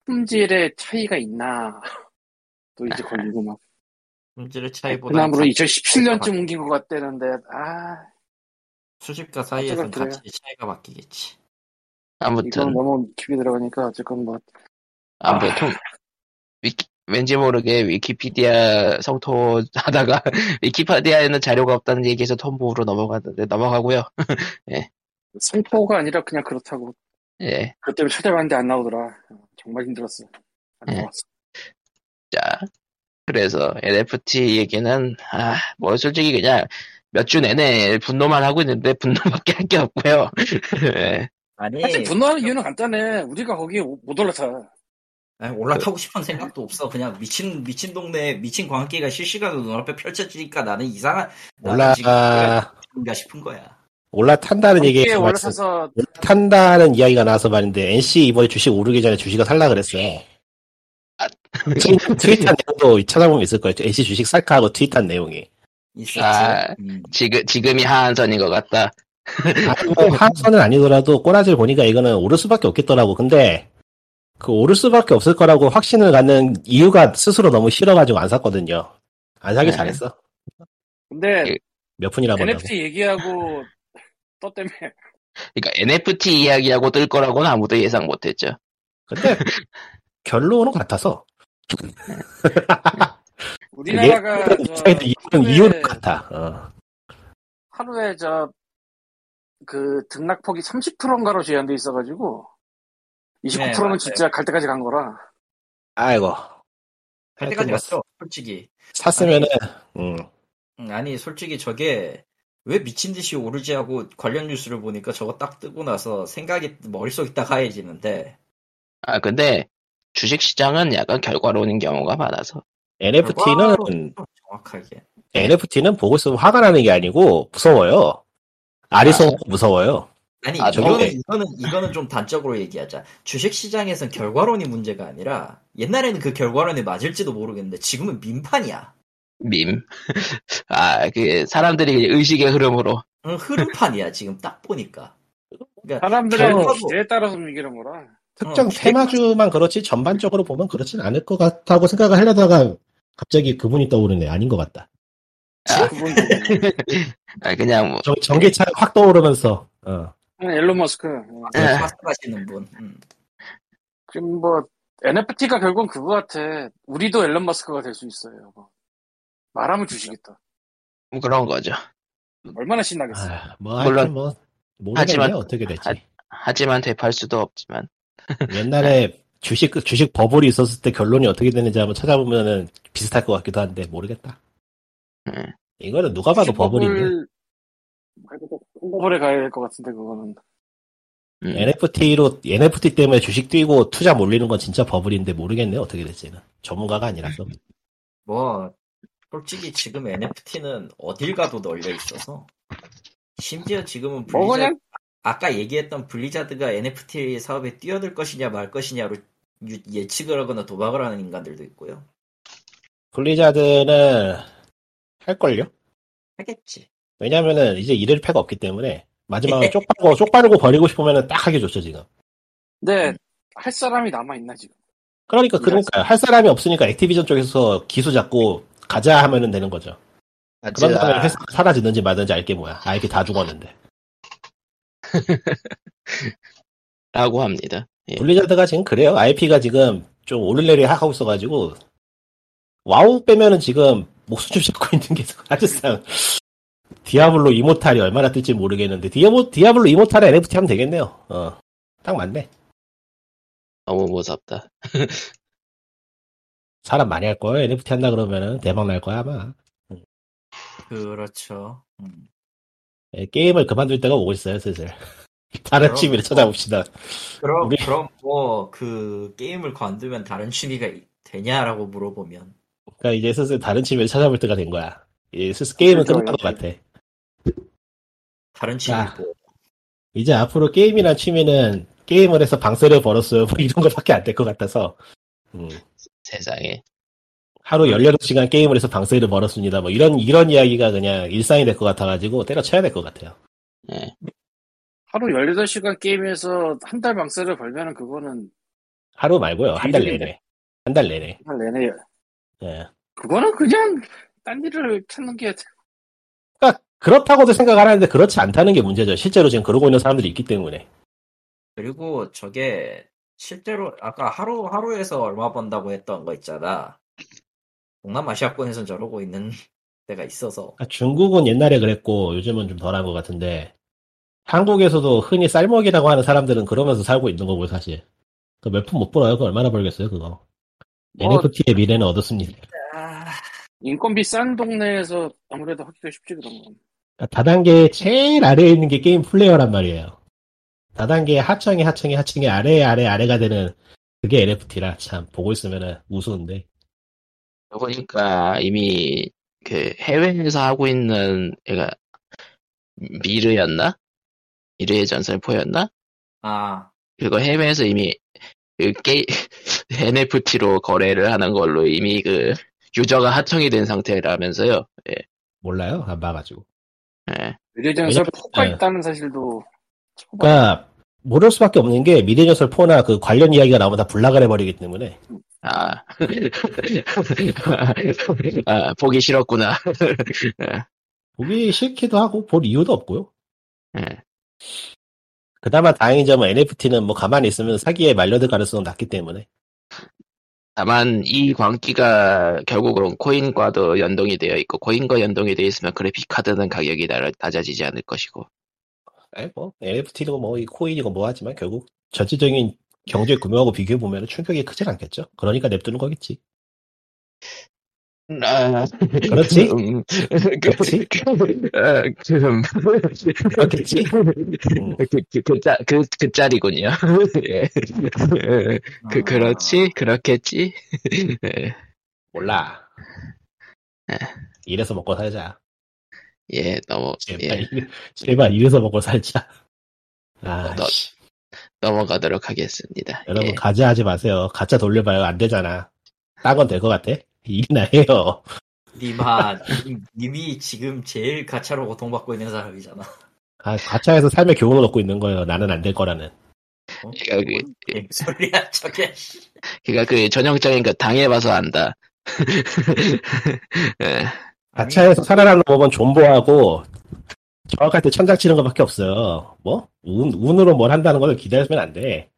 [SPEAKER 3] 품질의 차이가 있나 또 이제 걸리고 막
[SPEAKER 2] 품질의 차이보다
[SPEAKER 3] 베트남으로 2017년쯤 옮긴 것 같다는데 아
[SPEAKER 2] 수집가 사이에서
[SPEAKER 3] 어쨌건 그래요.
[SPEAKER 2] 가치 차이가 바뀌겠지.
[SPEAKER 3] 이건
[SPEAKER 1] 아무튼
[SPEAKER 3] 너무 깊이 들어가니까 어쨌건 뭐
[SPEAKER 1] 아, 뭐, 통, 위키, 왠지 모르게 위키피디아 성토 하다가 위키피디아에는 자료가 없다는 얘기에서 톰보우로 넘어갔는데 넘어가고요.
[SPEAKER 3] 성포가 아니라 그냥 그렇다고
[SPEAKER 1] 예.
[SPEAKER 3] 그 때문에 찾아봤는데 안 나오더라 정말 힘들었어 안
[SPEAKER 1] 네.
[SPEAKER 3] 나왔어
[SPEAKER 1] 자, 그래서 NFT 얘기는 아, 뭐 솔직히 그냥 몇 주 내내 분노만 하고 있는데 분노밖에 할 게 없고요. 예.
[SPEAKER 2] 아니,
[SPEAKER 3] 사실 분노하는 이유는 간단해 우리가 거기에 오- 못 올라타
[SPEAKER 2] 아니, 올라타고 싶은 생각도 없어. 그냥 미친 미친 동네 미친 광기가 실시간으로 눈앞에 펼쳐지니까 나는 이상한
[SPEAKER 5] 올라
[SPEAKER 3] 네.
[SPEAKER 2] 가 싶은 거야.
[SPEAKER 5] 올라탄다는
[SPEAKER 3] 거기에
[SPEAKER 5] 얘기에서 말씀
[SPEAKER 3] 올라타서
[SPEAKER 5] 올라탄다는 이야기가 나와서 말인데 NC 이번에 주식 오르기 전에 주식을 살라 그랬어요.
[SPEAKER 3] 네.
[SPEAKER 5] 트윗, 트윗한 내용도 찾아보면 있을 거예요. NC 주식 살까 하고 트윗한 내용이.
[SPEAKER 2] 있었지.
[SPEAKER 1] 아.
[SPEAKER 2] 음.
[SPEAKER 1] 지금 지금이 하한선인 것 같다.
[SPEAKER 5] 아니, 뭐 하선은 아니더라도 꼬라지를 보니까 이거는 오를 수밖에 없겠더라고. 근데 그 오를 수밖에 없을 거라고 확신을 갖는 이유가 스스로 너무 싫어가지고 안 샀거든요. 안 사기
[SPEAKER 1] 네.
[SPEAKER 5] 잘했어. 예,
[SPEAKER 3] 근데
[SPEAKER 5] 몇 푼이나 벌라고.
[SPEAKER 3] NFT 얘기하고 또 때문에
[SPEAKER 1] 그러니까 NFT 이야기하고 뜰 거라고는 아무도 예상 못했죠.
[SPEAKER 5] 근데 결론은 같아서
[SPEAKER 3] 우리나라가 저
[SPEAKER 5] 예, 사이드 이유는
[SPEAKER 3] 하루에-
[SPEAKER 5] 이유는 같아. 어.
[SPEAKER 3] 하루에 저 그 등락폭이 30%인가로 제한돼 있어가지고 29%는
[SPEAKER 2] 맞아요.
[SPEAKER 3] 진짜 갈 때까지 간 거라
[SPEAKER 5] 아이고
[SPEAKER 2] 갈
[SPEAKER 5] 하여튼
[SPEAKER 2] 때까지
[SPEAKER 5] 뭐
[SPEAKER 2] 갔죠. 솔직히.
[SPEAKER 5] 샀으면은 음.
[SPEAKER 2] 음, 아니 솔직히 저게 왜 미친 듯이 오르지 하고 관련 뉴스를 보니까 저거 딱 뜨고 나서 생각이 머릿속이 딱 하얘지는데
[SPEAKER 1] 아, 근데 주식 시장은 약간 결과론인 경우가 많아서.
[SPEAKER 5] NFT는
[SPEAKER 3] 아.
[SPEAKER 2] 결과로 정확하게
[SPEAKER 5] NFT는 보고 있으면 화가 나는 게 아니고 무서워요. 아리송하고 무서워요.
[SPEAKER 2] 아니
[SPEAKER 1] 아, 저게-
[SPEAKER 2] 이거는 이거는 이거는 좀 단적으로 얘기하자 주식 시장에선 결과론이 문제가 아니라 옛날에는 그 결과론이 맞을지도 모르겠는데 지금은 민판이야
[SPEAKER 1] 밈. 아, 그, 사람들이 그냥 의식의 흐름으로.
[SPEAKER 2] 응, 흐름판이야 지금 딱 보니까 그러니까
[SPEAKER 3] 사람들의
[SPEAKER 2] 결과도-
[SPEAKER 3] 기대에 따라서 움직이는 거라
[SPEAKER 5] 특정
[SPEAKER 2] 어,
[SPEAKER 5] 테마주만 그렇지 전반적으로 보면 그렇진 않을 것 같다고 생각을 하려다가 갑자기 그분이 떠오르네. 아닌 것 같다.
[SPEAKER 1] 아.
[SPEAKER 3] 그분
[SPEAKER 1] 아, 그냥 뭐,
[SPEAKER 5] 전, 전기차 확 떠오르면서 어.
[SPEAKER 3] 앨런 머스크
[SPEAKER 1] 예.
[SPEAKER 2] 파스 가시는 분 음.
[SPEAKER 3] 지금 뭐 NFT가 결국은 그거 같아 우리도 앨런 머스크가 될 수 있어요 뭐. 말하면 주시겠다
[SPEAKER 1] 뭐 그런 거죠.
[SPEAKER 3] 얼마나 신나겠어
[SPEAKER 5] 아, 뭐 하여튼
[SPEAKER 1] 물론-
[SPEAKER 5] 뭐 모르겠네
[SPEAKER 1] 하지만-
[SPEAKER 5] 어떻게 될지.
[SPEAKER 1] 하- 하지만 대팔 수도 없지만.
[SPEAKER 5] 옛날에 주식 주식 버블이 있었을 때 결론이 어떻게 되는지 한번 찾아보면은 비슷할 것 같기도 한데 모르겠다.
[SPEAKER 1] 음.
[SPEAKER 5] 이거는 누가 봐도 버블인데
[SPEAKER 3] 콩고벌에 가야 될 것 같은데 그거는
[SPEAKER 1] 음.
[SPEAKER 5] NFT로 NFT 때문에 주식 뛰고 투자 몰리는 건 진짜 버블인데 모르겠네 어떻게 될지는 전문가가 아니라서
[SPEAKER 2] 뭐 솔직히 지금 NFT는 어딜 가도 널려 있어서 심지어 지금은
[SPEAKER 3] 뭐
[SPEAKER 2] 블리자드
[SPEAKER 3] 그냥
[SPEAKER 2] 아까 얘기했던 블리자드가 NFT 사업에 뛰어들 것이냐 말 것이냐로 유- 예측을 하거나 도박을 하는 인간들도 있고요.
[SPEAKER 5] 블리자드는 할 걸요.
[SPEAKER 2] 하겠지.
[SPEAKER 5] 왜냐면은 이제 이럴 패가 없기 때문에 마지막으로 쪽팔고 쪽팔고 버리고 싶으면은 딱 하기 좋죠 지금. 음.
[SPEAKER 3] 근데 할 사람이 남아 있나 지금
[SPEAKER 5] 그러니까 그러니까 할 사람이 없으니까 액티비전 쪽에서 기수 잡고 가자 하면은 되는 거죠. 그런 다음에 회사 가 사라지는지 말든지 알게 뭐야. 알게 다 죽었는데.
[SPEAKER 1] 라고 합니다. 예.
[SPEAKER 5] 블리자드가 지금 그래요. IP가 지금 좀 오를내리 하고 있어가지고 와우 빼면은 지금 목숨 잡고 있는 게 사실상 디아블로 이모탈이 얼마나 뜰지 모르겠는데 디아블 디아블로 이모탈에 NFT 하면 되겠네요. 어, 딱 맞네.
[SPEAKER 1] 너무 무섭다.
[SPEAKER 5] 사람 많이 할 거예요. NFT 한다 그러면은 대박 날 거야 아마.
[SPEAKER 2] 그렇죠. 음.
[SPEAKER 5] 예, 게임을 그만둘 때가 오고 있어요 슬슬. 다른
[SPEAKER 2] 그럼.
[SPEAKER 5] 취미를 찾아봅시다.
[SPEAKER 2] 그럼
[SPEAKER 5] 우리-
[SPEAKER 2] 그럼 뭐 그 게임을 관두면 다른 취미가 이- 되냐라고 물어보면
[SPEAKER 5] 그러니까 이제 슬슬 다른 취미를 찾아볼 때가 된 거야. 이제 슬슬 게임은
[SPEAKER 3] 그렇죠,
[SPEAKER 5] 끝난 것
[SPEAKER 3] 그렇죠.
[SPEAKER 5] 같아.
[SPEAKER 2] 다른 취미
[SPEAKER 5] 아.
[SPEAKER 2] 뭐
[SPEAKER 5] 이제 앞으로 게임이란 취미는 게임을 해서 방세를 벌었어요. 뭐 이런 것밖에 안 될 것 같아서. 음,
[SPEAKER 1] 세상에.
[SPEAKER 5] 하루 18시간 게임을 해서 방세를 벌었습니다. 뭐 이런, 이런 이야기가 그냥 일상이 될 것 같아가지고 때려쳐야 될 것 같아요.
[SPEAKER 1] 예.
[SPEAKER 3] 하루 18시간 게임에서 한 달 망세를 벌면은 그거는
[SPEAKER 5] 하루 말고요. 한 달 내내. 한 달 내내.
[SPEAKER 3] 한 달 내내
[SPEAKER 5] 예.
[SPEAKER 3] 그거는 그냥 딴 일을 찾는 게
[SPEAKER 5] 그러니까 그렇다고도 생각 안 하는데 그렇지 않다는 게 문제죠. 실제로 지금 그러고 있는 사람들이 있기 때문에.
[SPEAKER 2] 그리고 저게 실제로 아까 하루 하루에서 얼마 번다고 했던 거 있잖아. 동남아시아권에선 저러고 있는 데가 있어서
[SPEAKER 5] 그러니까 중국은 옛날에 그랬고 요즘은 좀 덜한 것 같은데 한국에서도 흔히 쌀먹이라고 하는 사람들은 그러면서 살고 있는 거고 사실. 몇 푼 못 벌어요. 그 얼마나 벌겠어요 그거.
[SPEAKER 2] 뭐-
[SPEAKER 5] NFT의 미래는 얻었습니다.
[SPEAKER 2] 아,
[SPEAKER 3] 인건비 싼 동네에서 아무래도 하기가 쉽지 그런 건.
[SPEAKER 5] 그러니까 다단계 제일 아래에 있는 게 게임 플레이어란 말이에요. 다단계 하청이 하청이 하청이 아래 아래 아래가 되는 그게 NFT라 참 보고 있으면은 우스운데
[SPEAKER 1] 보니까 그러니까 이미 그 해외에서 하고 있는 애가 미르였나? 미르의 전설포였나?
[SPEAKER 2] 아
[SPEAKER 1] 그거 해외에서 이미 그 게, NFT로 거래를 하는 걸로 이미 그 유저가 하청이 된 상태라면서요. 예.
[SPEAKER 5] 몰라요 안 봐가지고.
[SPEAKER 1] 예.
[SPEAKER 3] 미래전설
[SPEAKER 5] 왜냐면-
[SPEAKER 3] 포가
[SPEAKER 5] 네.
[SPEAKER 3] 있다는 사실도 처음
[SPEAKER 5] 그러니까 모를 수밖에 없는 게 미래전설 4나 그 관련 이야기가 나오면 다 불락을 해버리기 때문에
[SPEAKER 1] 아. 아, 보기 싫었구나.
[SPEAKER 5] 보기 싫기도 하고 볼 이유도 없고요.
[SPEAKER 1] 예.
[SPEAKER 5] 그나마 다행인 점은 NFT는 뭐 가만히 있으면 사기에 말려들 가능성은 낮기 때문에
[SPEAKER 1] 다만 이 광기가 결국은 코인과도 연동이 되어 있고 코인과 연동이 되어 있으면 그래픽 카드는 가격이 날- 낮아지지 않을 것이고
[SPEAKER 5] 아니 뭐 NFT도 뭐 이 코인이고 뭐 하지만 결국 전체적인 경제 규모하고 비교해 보면 충격이 크진 않겠죠. 그러니까 냅두는 거겠지.
[SPEAKER 1] 아,
[SPEAKER 5] 그렇지?
[SPEAKER 1] 음,
[SPEAKER 5] 그렇지?
[SPEAKER 1] 아, 좀.
[SPEAKER 5] 그렇겠지? 음.
[SPEAKER 1] 그, 그, 그, 짜- 그, 그 짤이군요. 예. 그,
[SPEAKER 2] 아,
[SPEAKER 1] 그렇지? 그렇겠지? 예.
[SPEAKER 5] 몰라. 이래서 먹고 살자.
[SPEAKER 1] 예, 너무,
[SPEAKER 5] 제발,
[SPEAKER 1] 예,
[SPEAKER 5] 이래- 제발 이래서 먹고 살자. 아,
[SPEAKER 1] 어, 너- 예.
[SPEAKER 5] 씨.
[SPEAKER 1] 넘어가도록 하겠습니다.
[SPEAKER 5] 여러분
[SPEAKER 1] 예.
[SPEAKER 5] 가짜 하지 마세요. 가짜 돌려봐요. 안 되잖아. 딴 건 될 것 같아. 일이나 해요.
[SPEAKER 2] 니마 님- 님이 지금 제일 가차로 고통받고 있는 사람이잖아.
[SPEAKER 5] 아, 가짜에서 삶의 교훈을 얻고 있는 거예요. 나는 안 될 거라는.
[SPEAKER 2] 어?
[SPEAKER 1] 그러니까 그-
[SPEAKER 2] 뭔 개미 소리야 저게. 씨.
[SPEAKER 1] 그니까 그 전형적인 그 당해봐서 안다. 예.
[SPEAKER 5] 가차에서 살아남는 법은 존버하고 정확할 때 천장 치는 것밖에 없어요. 뭐? 운, 운으로 뭘 한다는 걸 기다리면 안 돼.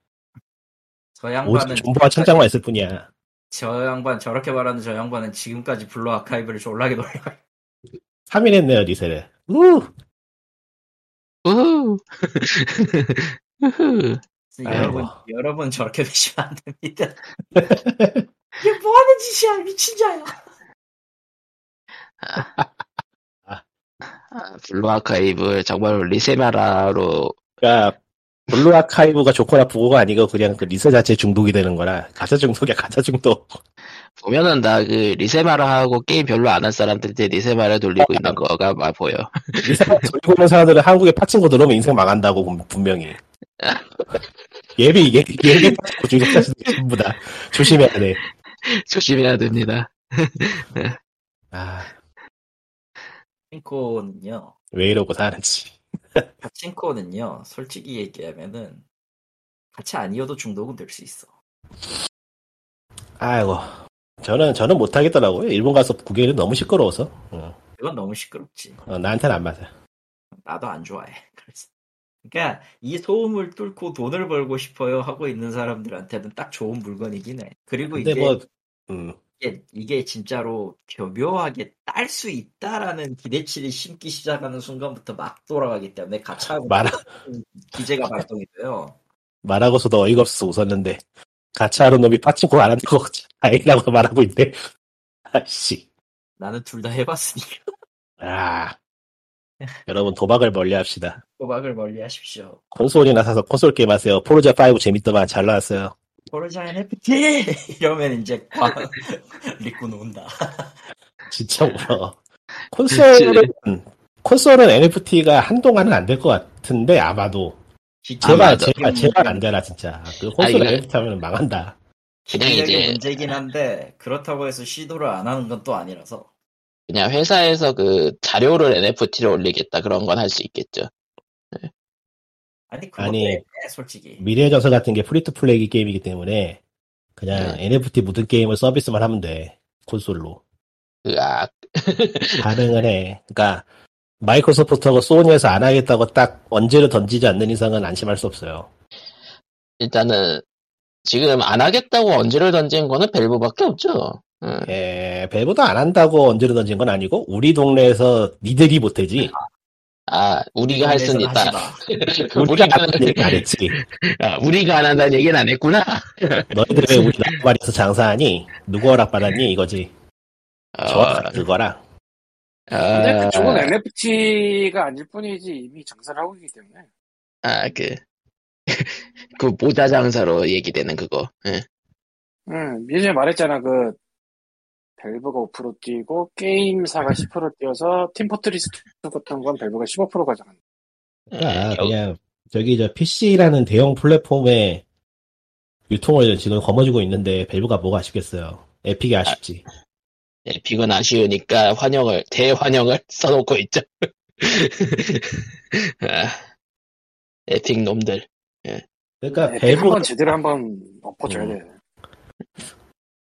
[SPEAKER 2] 저
[SPEAKER 5] 오직
[SPEAKER 2] 양반은
[SPEAKER 5] 존버와 천장만 있을 뿐이야.
[SPEAKER 2] 저 양반 저렇게 말하는 저 양반은 지금까지 블루 아카이브를 졸라게 돌려.
[SPEAKER 5] 3인 했네요, 리세를. 우!
[SPEAKER 1] 우후. 우후.
[SPEAKER 5] 아이고.
[SPEAKER 2] 여러분 여러분 저렇게 되시면 안 됩니다. 이게 뭐 하는 짓이야 미친 자야.
[SPEAKER 1] 아, 블루 아카이브 정말 리세마라로
[SPEAKER 5] 그러니까 블루 아카이브가 좋고 나쁘고가 아니고 그냥 그 리세 자체에 중독이 되는 거라 가짜 중독이야, 가짜 중독.
[SPEAKER 1] 보면은 나 그 리세마라하고 게임 별로 안 한 사람들한테 리세마라 돌리고 있는 거가 막 보여.
[SPEAKER 5] 리세 돌리고 있는 사람들은 한국에 파친코 들어오면 인생 망한다고 분- 분명히. 예비, 예비, 예비 파친코 중독 자체들 전부 다 조심해야 돼.
[SPEAKER 1] 조심해야 됩니다.
[SPEAKER 5] 아,
[SPEAKER 2] 파친코는요.
[SPEAKER 5] 왜 이러고 사는지.
[SPEAKER 2] 파친코는요. 솔직히 얘기하면은 같이 아니어도 중독은 될 수 있어.
[SPEAKER 5] 아이고. 저는, 저는 못하겠더라고요. 일본 가서 구경이 너무 시끄러워서. 어,
[SPEAKER 2] 그건 너무 시끄럽지.
[SPEAKER 5] 어, 나한테는 안 맞아.
[SPEAKER 2] 나도 안 좋아해. 그래서. 그러니까 이 소음을 뚫고 돈을 벌고 싶어요 하고 있는 사람들한테는 딱 좋은 물건이긴 해. 그리고
[SPEAKER 5] 근데
[SPEAKER 2] 이게
[SPEAKER 5] 뭐, 음,
[SPEAKER 2] 이게, 이게 진짜로 교묘하게 딸 수 있다라는 기대치를 심기 시작하는 순간부터 막 돌아가기 때문에 가차하고
[SPEAKER 5] 말,
[SPEAKER 2] 기재가 발동이 돼요.
[SPEAKER 5] 말하고서도 어이가 없어서 웃었는데, 가차하는 놈이 파친코 안 한다고 아이라고 말하고 있네. 아씨.
[SPEAKER 2] 나는 둘 다 해봤으니까
[SPEAKER 5] 아. 여러분, 도박을 멀리 합시다.
[SPEAKER 2] 도박을 멀리 하십시오.
[SPEAKER 5] 콘솔이나 사서 콘솔 게임 하세요. 포르자5 재밌더만 잘 나왔어요.
[SPEAKER 2] 포르자인 FT! 이러면 이제 과
[SPEAKER 1] 아,
[SPEAKER 2] 리꾼 온다.
[SPEAKER 5] 진짜 울어. 콘솔은, 음, 콘솔은 NFT가 한동안은 안 될 것 같은데, 아마도. 제발,
[SPEAKER 1] 아마도.
[SPEAKER 5] 제발, 제발 안 되라, 진짜. 그 콘솔
[SPEAKER 1] 이거-
[SPEAKER 5] NFT 하면 망한다.
[SPEAKER 1] 그냥
[SPEAKER 2] 기능력이
[SPEAKER 1] 이제-
[SPEAKER 2] 문제긴 한데 그렇다고 해서 시도를 안 하는 건 또 아니라서
[SPEAKER 1] 그냥 회사에서 그 자료를 NFT로 올리겠다 그런 건 할 수 있겠죠.
[SPEAKER 2] 아니 그거
[SPEAKER 5] 아니.
[SPEAKER 2] 때문에 솔직히
[SPEAKER 5] 미래의 전설 같은 게 프리 투 플레이 게임이기 때문에 그냥
[SPEAKER 1] 네.
[SPEAKER 5] NFT 묻은 게임을 서비스만 하면 돼. 콘솔로.
[SPEAKER 1] 으악.
[SPEAKER 5] 가능은 해. 그러니까 마이크로소프트하고 소니에서 안 하겠다고 딱 언제를 던지지 않는 이상은 안심할 수 없어요.
[SPEAKER 1] 일단은 지금 안 하겠다고 언제를 던진 거는 벨브밖에 없죠. 응.
[SPEAKER 5] 예, 벨브도 안 한다고 언제를 던진 건 아니고 우리 동네에서 니들이 못하지.
[SPEAKER 1] 아, 우리가 할 수는
[SPEAKER 2] 하지
[SPEAKER 1] 있다.
[SPEAKER 2] 마.
[SPEAKER 5] 우리가
[SPEAKER 1] 그 우리가,
[SPEAKER 5] 안 한다는 얘기 안 했지.
[SPEAKER 1] 아, 우리가 안 한다는 얘기는 안 했구나.
[SPEAKER 5] 너희들 왜 우리 나발에서 장사하니? 누구 허락받았니? 이거지.
[SPEAKER 1] 어,
[SPEAKER 5] 저 그거라.
[SPEAKER 3] 근데 그쪽은
[SPEAKER 1] 아,
[SPEAKER 3] NFT가 아닐 뿐이지 이미 장사를 하고 있기 때문에
[SPEAKER 1] 아, 그, 그 모자 장사로 얘기되는 그거. 예.
[SPEAKER 3] 응, 미리 말했잖아. 그, 밸브가 5% 뛰고, 게임사가 10% 뛰어서, 팀포트리스 같은 건 밸브가 15% 가져간다.
[SPEAKER 5] 그러니까
[SPEAKER 1] 여-
[SPEAKER 5] 그냥 저기 저 PC라는 대형 플랫폼에 유통을 지금 거머쥐고 있는데 밸브가 뭐가 아쉽겠어요. 에픽이 아쉽지.
[SPEAKER 1] 예, 비건 아쉬우니까 환영을, 대환영을 써놓고 있죠. 아, 에픽 놈들.
[SPEAKER 5] 그러니까
[SPEAKER 3] 네,
[SPEAKER 5] 밸브가
[SPEAKER 3] 한번 제대로 한번 엎어줘야 돼.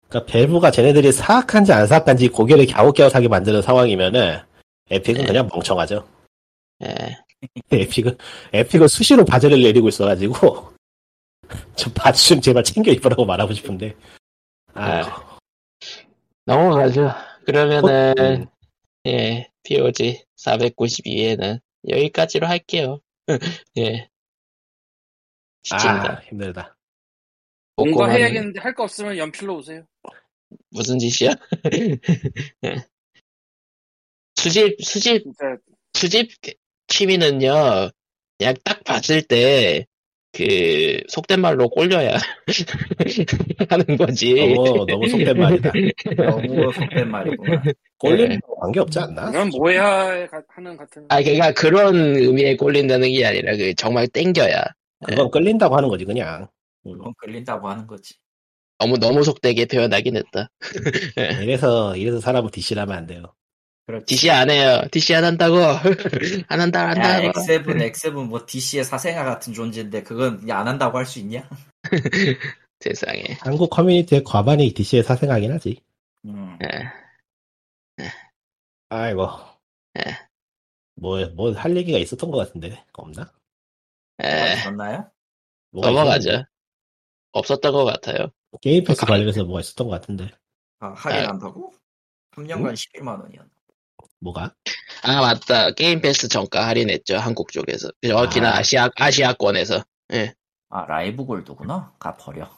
[SPEAKER 5] 그러니까 밸브가 쟤네들이 사악한지 안 사악한지 고개를 갸웃갸웃하게 만드는 상황이면은 에픽은
[SPEAKER 1] 네.
[SPEAKER 5] 그냥 멍청하죠.
[SPEAKER 1] 예.
[SPEAKER 5] 에픽은 에픽은 수시로 바지를 내리고 있어가지고 좀 바지 좀 제발 챙겨 입으라고 말하고 싶은데 아
[SPEAKER 1] 넘어가죠. 그러면은,
[SPEAKER 5] 음,
[SPEAKER 1] 예, POG 492회는 여기까지로 할게요. 예.
[SPEAKER 5] 아
[SPEAKER 1] 지친다.
[SPEAKER 5] 힘들다.
[SPEAKER 3] 아, 뭔가
[SPEAKER 1] 복고만
[SPEAKER 3] 해야겠는데 할 거 없으면 연필로 오세요.
[SPEAKER 1] 무슨 짓이야? 예. 수집, 수집,
[SPEAKER 3] 진짜,
[SPEAKER 1] 수집 취미는요, 그냥 딱 봤을 때, 그, 속된 말로 꼴려야 하는 거지.
[SPEAKER 5] 너무 너무 속된 말이다.
[SPEAKER 2] 너무 속된 말이구나.
[SPEAKER 5] 꼴리는 거 관계 없지 않나?
[SPEAKER 3] 그건 뭐야 가- 하는 같은.
[SPEAKER 1] 아, 그니까 그런 의미에 꼴린다는 게 아니라, 그, 정말 땡겨야.
[SPEAKER 5] 그건 끌린다고 하는 거지 그냥.
[SPEAKER 2] 그건 걸린다고 하는 거지.
[SPEAKER 1] 너무, 너무 속되게 표현하긴 했다.
[SPEAKER 5] 이래서 이래서 사람을 디시라면 안 돼요.
[SPEAKER 2] 그렇지.
[SPEAKER 1] DC 안 해요. DC 안 한다고. 안 한다, 안
[SPEAKER 2] 야,
[SPEAKER 1] 한다고.
[SPEAKER 2] X7, X7 뭐 DC의 사생아 같은 존재인데 그건 그냥 안 한다고 할 수 있냐?
[SPEAKER 1] 세상에.
[SPEAKER 5] 한국 커뮤니티의 과반이 DC에 사생하긴 하지.
[SPEAKER 2] 음.
[SPEAKER 1] 예.
[SPEAKER 5] 아이고.
[SPEAKER 1] 예.
[SPEAKER 5] 뭐, 뭐 할 얘기가 있었던 것 같은데. 없나?
[SPEAKER 1] 예,
[SPEAKER 2] 아, 맞나요?
[SPEAKER 5] 뭐가 있었는데?
[SPEAKER 1] 넘어가죠. 없었던 것 같아요.
[SPEAKER 5] 게임 패스
[SPEAKER 1] 가-
[SPEAKER 5] 관련해서 뭐가 있었던 것 같은데.
[SPEAKER 2] 아, 할인한다고? 3년간 11만 원이었나?
[SPEAKER 5] 뭐가?
[SPEAKER 1] 아, 맞다. 게임 패스 정가 할인했죠. 한국 쪽에서. 정확히는
[SPEAKER 2] 아.
[SPEAKER 1] 아. 시아 아시아권에서.
[SPEAKER 2] 아, 라이브 골드구나? 가 버려.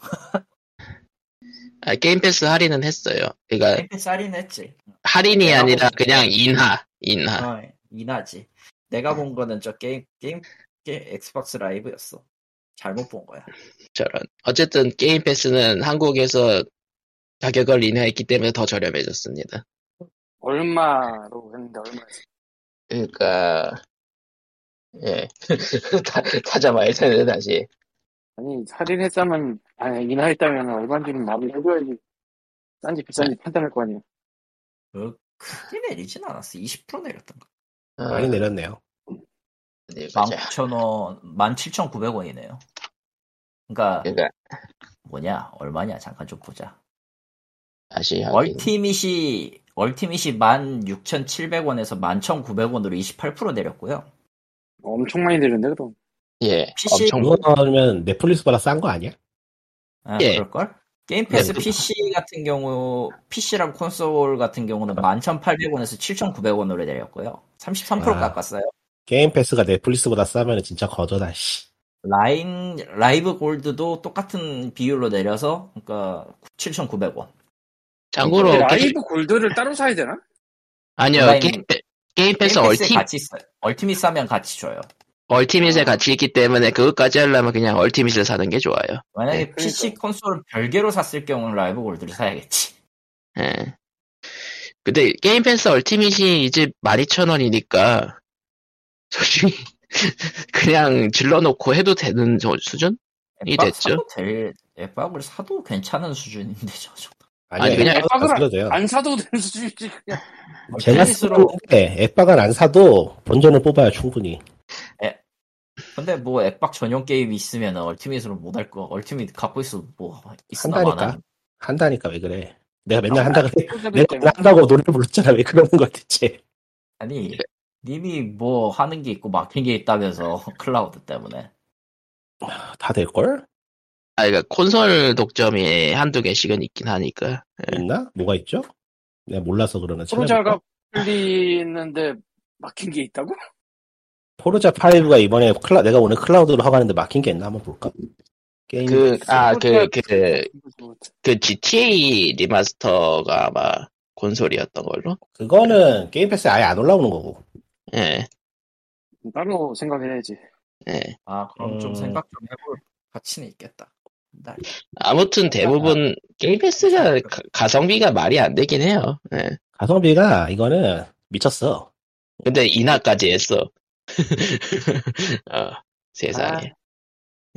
[SPEAKER 1] 아, 게임 패스 할인은 했어요. 그러니까,
[SPEAKER 2] 캠페 할인했지.
[SPEAKER 1] 할인이
[SPEAKER 2] 내가
[SPEAKER 1] 아니라
[SPEAKER 2] 보고
[SPEAKER 1] 그냥 인하. 인하.
[SPEAKER 2] 어, 이나지. 내가 본 거는 저 게임, 게임, 게임, 엑스박스 라이브였어. 잘못 본 거야.
[SPEAKER 1] 저런. 어쨌든 게임 패스는 한국에서 가격을 인하했기 때문에 더 저렴해졌습니다.
[SPEAKER 3] 얼마로 했는데 얼마였어.
[SPEAKER 1] 그러니까, 예. 다, 찾아봐야 되는데, 다시.
[SPEAKER 3] 아니, 살인했다면, 아니, 인하했다면 얼마인지는 말을 해줘야지. 싼지 비싼지 판단할 거 아니야.
[SPEAKER 2] 그, 크게 내리진 않았어. 20% 내렸던가.
[SPEAKER 1] 어,
[SPEAKER 5] 많이 내렸네요.
[SPEAKER 1] 어디 보자.
[SPEAKER 2] 19,000원, 17,900원이네요. 그러니까
[SPEAKER 1] 그러니까,
[SPEAKER 2] 뭐냐, 얼마냐, 잠깐 좀 보자.
[SPEAKER 1] 다시 확인.
[SPEAKER 2] 얼티밋이, 얼티밋이 16,700원에서 11,900원으로 28% 내렸고요.
[SPEAKER 3] 엄청 많이 내렸네, 그럼.
[SPEAKER 1] 예.
[SPEAKER 2] PC
[SPEAKER 1] 엄청
[SPEAKER 5] 그거 나오면 넷플릭스보다 싼 거 아니야?
[SPEAKER 2] 아,
[SPEAKER 1] 예.
[SPEAKER 2] 그럴걸? 게임 패스
[SPEAKER 1] 네.
[SPEAKER 2] PC 같은 경우, PC랑 콘솔 같은 경우는 11,800원에서 7,900원으로 내렸고요. 33%
[SPEAKER 5] 아.
[SPEAKER 2] 깎았어요. 게임
[SPEAKER 5] 게임 패스가 넷플릭스보다 싸면 진짜 거저다, 씨.
[SPEAKER 2] 라인, 라이브 골드도 똑같은 비율로 내려서, 그러니까 7,900원.
[SPEAKER 1] 참고로
[SPEAKER 3] 근데
[SPEAKER 1] 게-
[SPEAKER 3] 라이브 골드를 따로 사야 되나?
[SPEAKER 1] 아니요
[SPEAKER 2] 온라인-
[SPEAKER 1] 게임, 패- 게임 패스
[SPEAKER 2] 게임 패스에
[SPEAKER 1] 얼티,
[SPEAKER 2] 같이 있어요. 얼티밋 사면 같이 줘요.
[SPEAKER 1] 얼티밋에 같이 있기 때문에 그것까지 하려면 그냥 얼티밋을 사는 게 좋아요
[SPEAKER 2] 만약에
[SPEAKER 1] 네,
[SPEAKER 2] PC 콘솔을 별개로 샀을 경우는 라이브 골드를 사야겠지.
[SPEAKER 1] 예. 근데 게임 패스 얼티밋이 이제 12,000원이니까 솔직히 그냥 질러놓고 해도 되는 저- 수준? 이
[SPEAKER 2] 앱박
[SPEAKER 1] 됐죠?
[SPEAKER 2] 사도 될, 앱박을 사도 괜찮은 수준인데, 저 정도.
[SPEAKER 1] 아니, 그냥
[SPEAKER 5] 앱박은 안
[SPEAKER 3] 앱박을
[SPEAKER 5] 사도 돼요.
[SPEAKER 3] 안 사도 되는 수준이지, 그냥.
[SPEAKER 5] 제가
[SPEAKER 2] 테니스로-
[SPEAKER 5] 쓰는데 앱박은 안 사도 본전을 뽑아요, 충분히.
[SPEAKER 2] 근데 뭐 앱박 전용 게임이 있으면 얼티밋으로 못 할 거, 얼티밋 갖고 있어도 뭐 있으나
[SPEAKER 5] 한다니까.
[SPEAKER 2] 마나.
[SPEAKER 5] 한다니까 왜 그래. 내가 맨날 한다고
[SPEAKER 3] 콘셉트
[SPEAKER 5] 내가
[SPEAKER 3] 때문에
[SPEAKER 5] 맨날 한다고 노래 불렀잖아 왜 그러는 거야 대체
[SPEAKER 2] 아니 님이 뭐 하는 게 있고 막힌 게 있다면서 클라우드 때문에
[SPEAKER 5] 다 될걸?
[SPEAKER 1] 아, 그러니까 콘솔 독점이 한두 개씩은 있긴 하니까.
[SPEAKER 5] 있나? 뭐가 있죠? 내가 몰라서 그러나
[SPEAKER 3] 소자가 풀리는데 막힌 게 있다고?
[SPEAKER 5] 포르자 5가 이번에 클라, 내가 오늘 클라우드로 하고 하는데 막힌 게 있나 한번 볼까? 게임
[SPEAKER 1] 그, 아, 그, 그, 그 GTA 리마스터가 아마 콘솔이었던 걸로?
[SPEAKER 5] 그거는 게임 패스에 아예 안 올라오는 거고
[SPEAKER 1] 예,
[SPEAKER 3] 따로 생각해야지.
[SPEAKER 1] 예.
[SPEAKER 2] 아 그럼 좀
[SPEAKER 5] 음.
[SPEAKER 2] 생각 좀 해볼 가치는 있겠다 날
[SPEAKER 1] 아무튼 대부분 게임 패스가 가- 가성비가 말이 안 되긴 해요. 예.
[SPEAKER 5] 가성비가 이거는 미쳤어
[SPEAKER 1] 근데 인하까지 했어. 어, 세상에.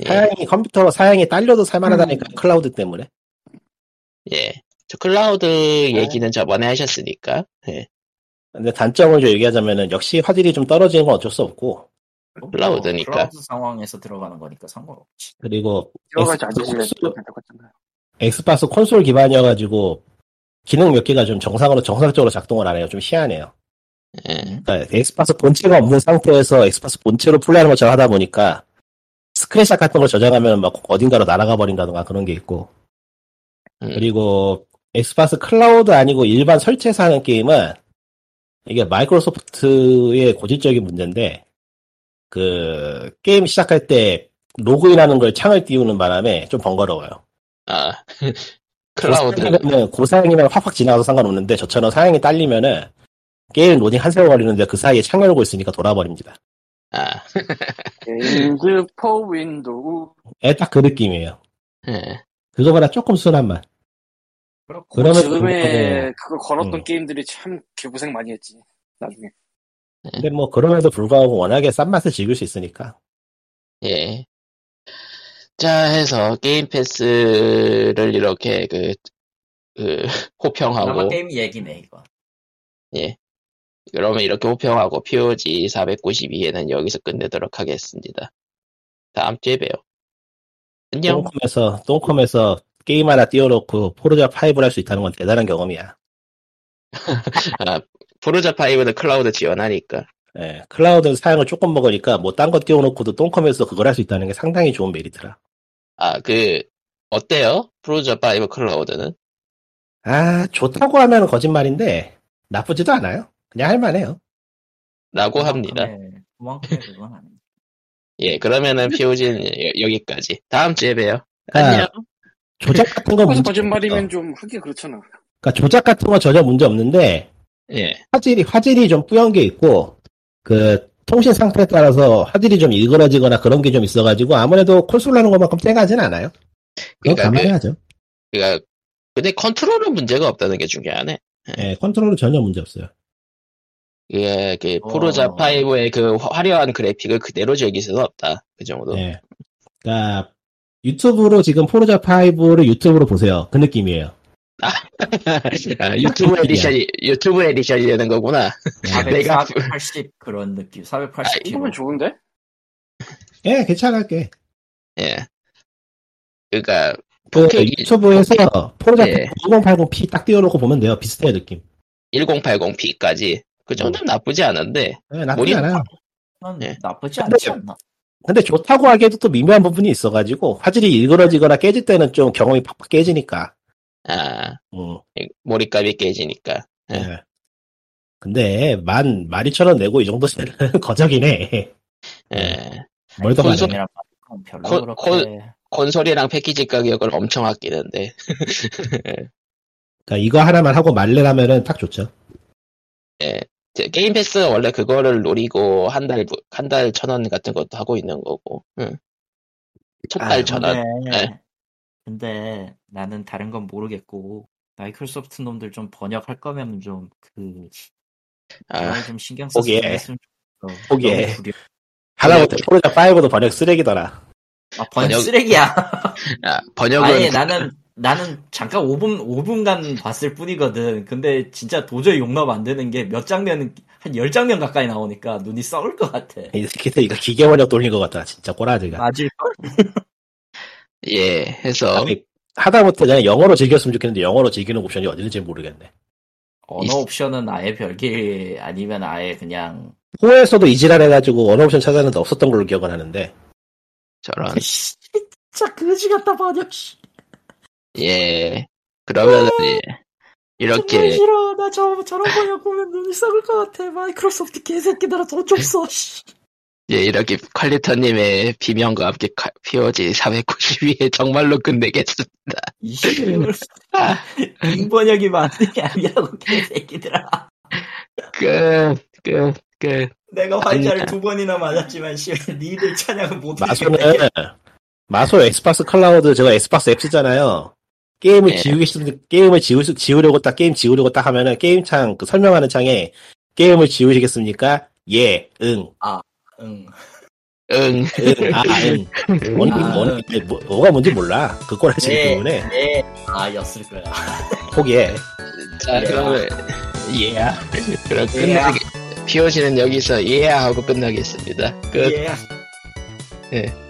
[SPEAKER 1] 예,
[SPEAKER 5] 사양이 컴퓨터 사양이 딸려도 살만하다니까
[SPEAKER 3] 음.
[SPEAKER 5] 클라우드 때문에
[SPEAKER 1] 예. 저 클라우드 얘기는 저번에 하셨으니까. 예.
[SPEAKER 5] 근데 단점을 좀 얘기하자면은 역시 화질이 좀 떨어지는 건 어쩔 수 없고
[SPEAKER 1] 클라우드니까.
[SPEAKER 2] 클라우드 상황에서 들어가는 거니까 상관없지
[SPEAKER 5] 그리고
[SPEAKER 3] 들어가지 않지.
[SPEAKER 5] 엑스- 엑스박스 콘솔 기반이어가지고 기능 몇 개가 좀 정상으로 정상적으로 작동을 안 해요 좀 희한해요
[SPEAKER 1] 예.
[SPEAKER 5] 그러니까 엑스박스 본체가 없는 상태에서 엑스박스 본체로 플레이하는 것처럼 하다 보니까 스크린샷 같은 걸 저장하면 막 어딘가로 날아가 버린다던가 그런 게 있고
[SPEAKER 1] 음.
[SPEAKER 5] 그리고 엑스박스 클라우드 아니고 일반 설치해서 하는 게임은 이게 마이크로소프트의 고질적인 문제인데 그 게임 시작할 때 로그인하는 걸 창을 띄우는 바람에 좀 번거로워요.
[SPEAKER 1] 아, 클라우드.
[SPEAKER 5] 그 고사양이면, 고사양이면 확확 지나가서 상관없는데 저처럼 사양이 딸리면은 게임 로딩 한 세월 걸리는데 그 사이에 창 열고 있으니까 돌아버립니다.
[SPEAKER 1] 아,
[SPEAKER 3] 엔드 포 윈도우.
[SPEAKER 5] 예, 딱 그 느낌이에요.
[SPEAKER 1] 예.
[SPEAKER 5] 그거보다 조금 순한 맛.
[SPEAKER 2] 그렇고
[SPEAKER 5] 그러면
[SPEAKER 3] 지금에 그거 걸었던
[SPEAKER 5] 음.
[SPEAKER 3] 게임들이 참 개고생 많이 했지. 나중에.
[SPEAKER 5] 근데 뭐 그럼에도 불구하고 워낙에 싼 맛을 즐길 수 있으니까.
[SPEAKER 1] 예. 자, 해서 게임 패스를 이렇게 그, 그,
[SPEAKER 2] 아마
[SPEAKER 1] 호평하고,
[SPEAKER 2] 게임 얘기네 이거
[SPEAKER 1] 그러면 이렇게 호평하고, POG 492에는 여기서 끝내도록 하겠습니다. 다음 주에 봬요. 안녕.
[SPEAKER 5] 똥컴에서 똥컴에서 게임 하나 띄워놓고 포르자 5를 할 수 있다는 건 대단한 경험이야.
[SPEAKER 1] 아, 포르자 5는 클라우드 지원하니까.
[SPEAKER 5] 예, 클라우드 사양을 조금 먹으니까 뭐 딴 거 띄워놓고도 똥컴에서 그걸 할 수 있다는 게 상당히 좋은 메리트라.
[SPEAKER 1] 아, 그, 어때요? 포르자 5 클라우드는?
[SPEAKER 5] 아 좋다고 하면 거짓말인데 나쁘지도 않아요. 그냥 할만해요. 아,
[SPEAKER 1] 라고
[SPEAKER 5] 네.
[SPEAKER 1] 합니다.
[SPEAKER 2] 네, 그만큼의 그건 아니야
[SPEAKER 1] 예, 그러면은 POG는 여기까지. 다음 주에 봬요.
[SPEAKER 5] 그러니까
[SPEAKER 1] 안녕.
[SPEAKER 5] 조작 같은
[SPEAKER 3] 그래서
[SPEAKER 5] 건 문제
[SPEAKER 3] 거짓말이면
[SPEAKER 5] 없어.
[SPEAKER 3] 좀 하기 그렇잖아.
[SPEAKER 5] 그러니까 조작 같은 건 전혀 문제 없는데
[SPEAKER 1] 예.
[SPEAKER 5] 화질이 화질이 좀 뿌연 게 있고 그 통신 상태에 따라서 화질이 좀 일그러지거나 그런 게 좀 있어가지고 아무래도 콘솔 하는 것만큼 쨍하진 않아요. 그건
[SPEAKER 1] 그러니까
[SPEAKER 5] 감안해야죠.
[SPEAKER 1] 그러니까 근데 컨트롤은 문제가 없다는 게 중요하네.
[SPEAKER 5] 예, 컨트롤은 전혀 문제 없어요.
[SPEAKER 1] 예, 그
[SPEAKER 2] 어.
[SPEAKER 1] 포르자 5의 그 화- 화려한 그래픽을 그대로 즐길 수는 없다. 그 정도.
[SPEAKER 5] 예. 그러니까 유튜브로 지금 포르자 5를 유튜브로 보세요. 그 느낌이에요.
[SPEAKER 1] 아, 유튜브 에디션이
[SPEAKER 5] 네.
[SPEAKER 1] 유튜브 에디션이 되는 거구나.
[SPEAKER 5] 예.
[SPEAKER 1] 내가-
[SPEAKER 2] 480 그런 느낌
[SPEAKER 1] 아,
[SPEAKER 2] 480
[SPEAKER 3] 이거면
[SPEAKER 2] 키로
[SPEAKER 3] 좋은데?
[SPEAKER 5] 예, 괜찮아 게.
[SPEAKER 1] 예. 그러니까
[SPEAKER 5] 그
[SPEAKER 1] 본격이-
[SPEAKER 5] 유튜브에서 포르자
[SPEAKER 1] 예.
[SPEAKER 5] 1080p 딱 띄워놓고 보면 돼요. 비슷해요 느낌.
[SPEAKER 1] 1080p까지 그 정도면
[SPEAKER 5] 어.
[SPEAKER 1] 나쁘지 않은데
[SPEAKER 5] 예, 나쁘지
[SPEAKER 1] 모니터
[SPEAKER 5] 않아요.
[SPEAKER 1] 예.
[SPEAKER 2] 나쁘지 않지 않나
[SPEAKER 5] 근데 좋다고 하기에도 또 미묘한 부분이 있어가지고 화질이 일그러지거나 깨질 때는 좀 경험이 팍팍 깨지니까.
[SPEAKER 1] 아
[SPEAKER 5] 음,
[SPEAKER 1] 이- 몰입감이 깨지니까. 네.
[SPEAKER 5] 예. 근데 만 만이천 원 내고 이 정도면은 거적이네.
[SPEAKER 2] 음.
[SPEAKER 1] 예.
[SPEAKER 2] 아,
[SPEAKER 5] 멀더
[SPEAKER 1] 콘솔-
[SPEAKER 5] 가네.
[SPEAKER 2] 이랑 별로
[SPEAKER 1] 코-
[SPEAKER 2] 그렇게
[SPEAKER 1] 콘솔이랑 패키지 가격을 엄청 아끼는데
[SPEAKER 5] 그러니까 이거 하나만 하고 말레라면은 딱 좋죠.
[SPEAKER 1] 이제 게임 패스 원래 그거를 노리고 한 달 한 달 천 원 같은 것도 하고 있는 거고. 응.
[SPEAKER 2] 아,
[SPEAKER 1] 첫달 천 원.
[SPEAKER 2] 근데,
[SPEAKER 1] 예.
[SPEAKER 2] 근데 나는 다른 건 모르겠고 마이크로소프트 놈들 좀 번역할 거면 좀그
[SPEAKER 1] 아.
[SPEAKER 2] 좀 신경
[SPEAKER 5] 포기해.
[SPEAKER 2] 썼으면 했으면 좋겠어.
[SPEAKER 5] 포기해.
[SPEAKER 2] 너무 두려워.
[SPEAKER 5] 하다못해 포르자 5도 번역 쓰레기더라.
[SPEAKER 2] 아, 번역
[SPEAKER 1] 번역-
[SPEAKER 2] 쓰레기야.
[SPEAKER 1] 아, 번역은
[SPEAKER 2] 아예 나는 나는 잠깐 5분 5분간 봤을 뿐이거든. 근데 진짜 도저히 용납 안 되는 게 몇 장면 한 10장면 가까이 나오니까 눈이 썩을 것 같아.
[SPEAKER 5] 이 새끼들 이거 기계
[SPEAKER 2] 아,
[SPEAKER 5] 번역 돌린 것 같다. 진짜 꼬라지가.
[SPEAKER 2] 맞을 걸?
[SPEAKER 1] 예 해서
[SPEAKER 5] 아니, 하다못해 그냥 영어로 즐겼으면 좋겠는데 영어로 즐기는 옵션이 어디있는지 모르겠네.
[SPEAKER 2] 언어 옵션은 아예 별개 아니면 아예 그냥
[SPEAKER 5] 호에서도 이지랄 해가지고 언어 옵션 찾았는데 없었던 걸로 기억을 하는데
[SPEAKER 1] 저런.
[SPEAKER 2] 진짜 거지 같다 번역 씨.
[SPEAKER 1] 예. 그러면은, 예.
[SPEAKER 2] 그 정말
[SPEAKER 1] 이렇게,
[SPEAKER 2] 싫어. 나 저, 저런 번역 보면 눈이 썩을 것 같아. 마이크로소프트 개새끼들아 돈 좀 써. 씨.
[SPEAKER 1] 예, 이렇게 퀄리터님의 비명과 함께 칼- POG 492에 정말로 끝내겠습니다.
[SPEAKER 2] 이 씨발. 아. 빈번역이 맞는 게 아니라고 개새끼들아.
[SPEAKER 1] 끝, 끝, 끝.
[SPEAKER 4] 내가 환자를
[SPEAKER 1] 아니야. 그러니까.
[SPEAKER 4] 두 번이나 맞았지만 씨 니들 찬양은 못
[SPEAKER 5] 마소는
[SPEAKER 4] 해주겠네.
[SPEAKER 5] 마소 엑스박스 클라우드 제가 엑스박스 앱 쓰잖아요. 게임을
[SPEAKER 1] 예.
[SPEAKER 5] 지우기 싫은 게임을 지우, 지우려고 딱 게임 지우려고 딱 하면은 게임 창 그 설명하는 창에 게임을 지우시겠습니까? 예, 응,
[SPEAKER 4] 응.
[SPEAKER 1] 응.
[SPEAKER 5] 응, 아, 응. 원,
[SPEAKER 4] 아,
[SPEAKER 5] 원, 뭐, 뭐가 뭔지 몰라. 그걸 하시기
[SPEAKER 4] 예.
[SPEAKER 5] 때문에 예,
[SPEAKER 4] 예. 아 였을 거야.
[SPEAKER 5] 포기해.
[SPEAKER 1] 자, 아, 그러면,
[SPEAKER 5] 예. y
[SPEAKER 1] 그럼
[SPEAKER 4] 예.
[SPEAKER 1] 예 끝나기, POG는 여기서 예! 하고 끝나겠습니다. 끝.
[SPEAKER 4] 예.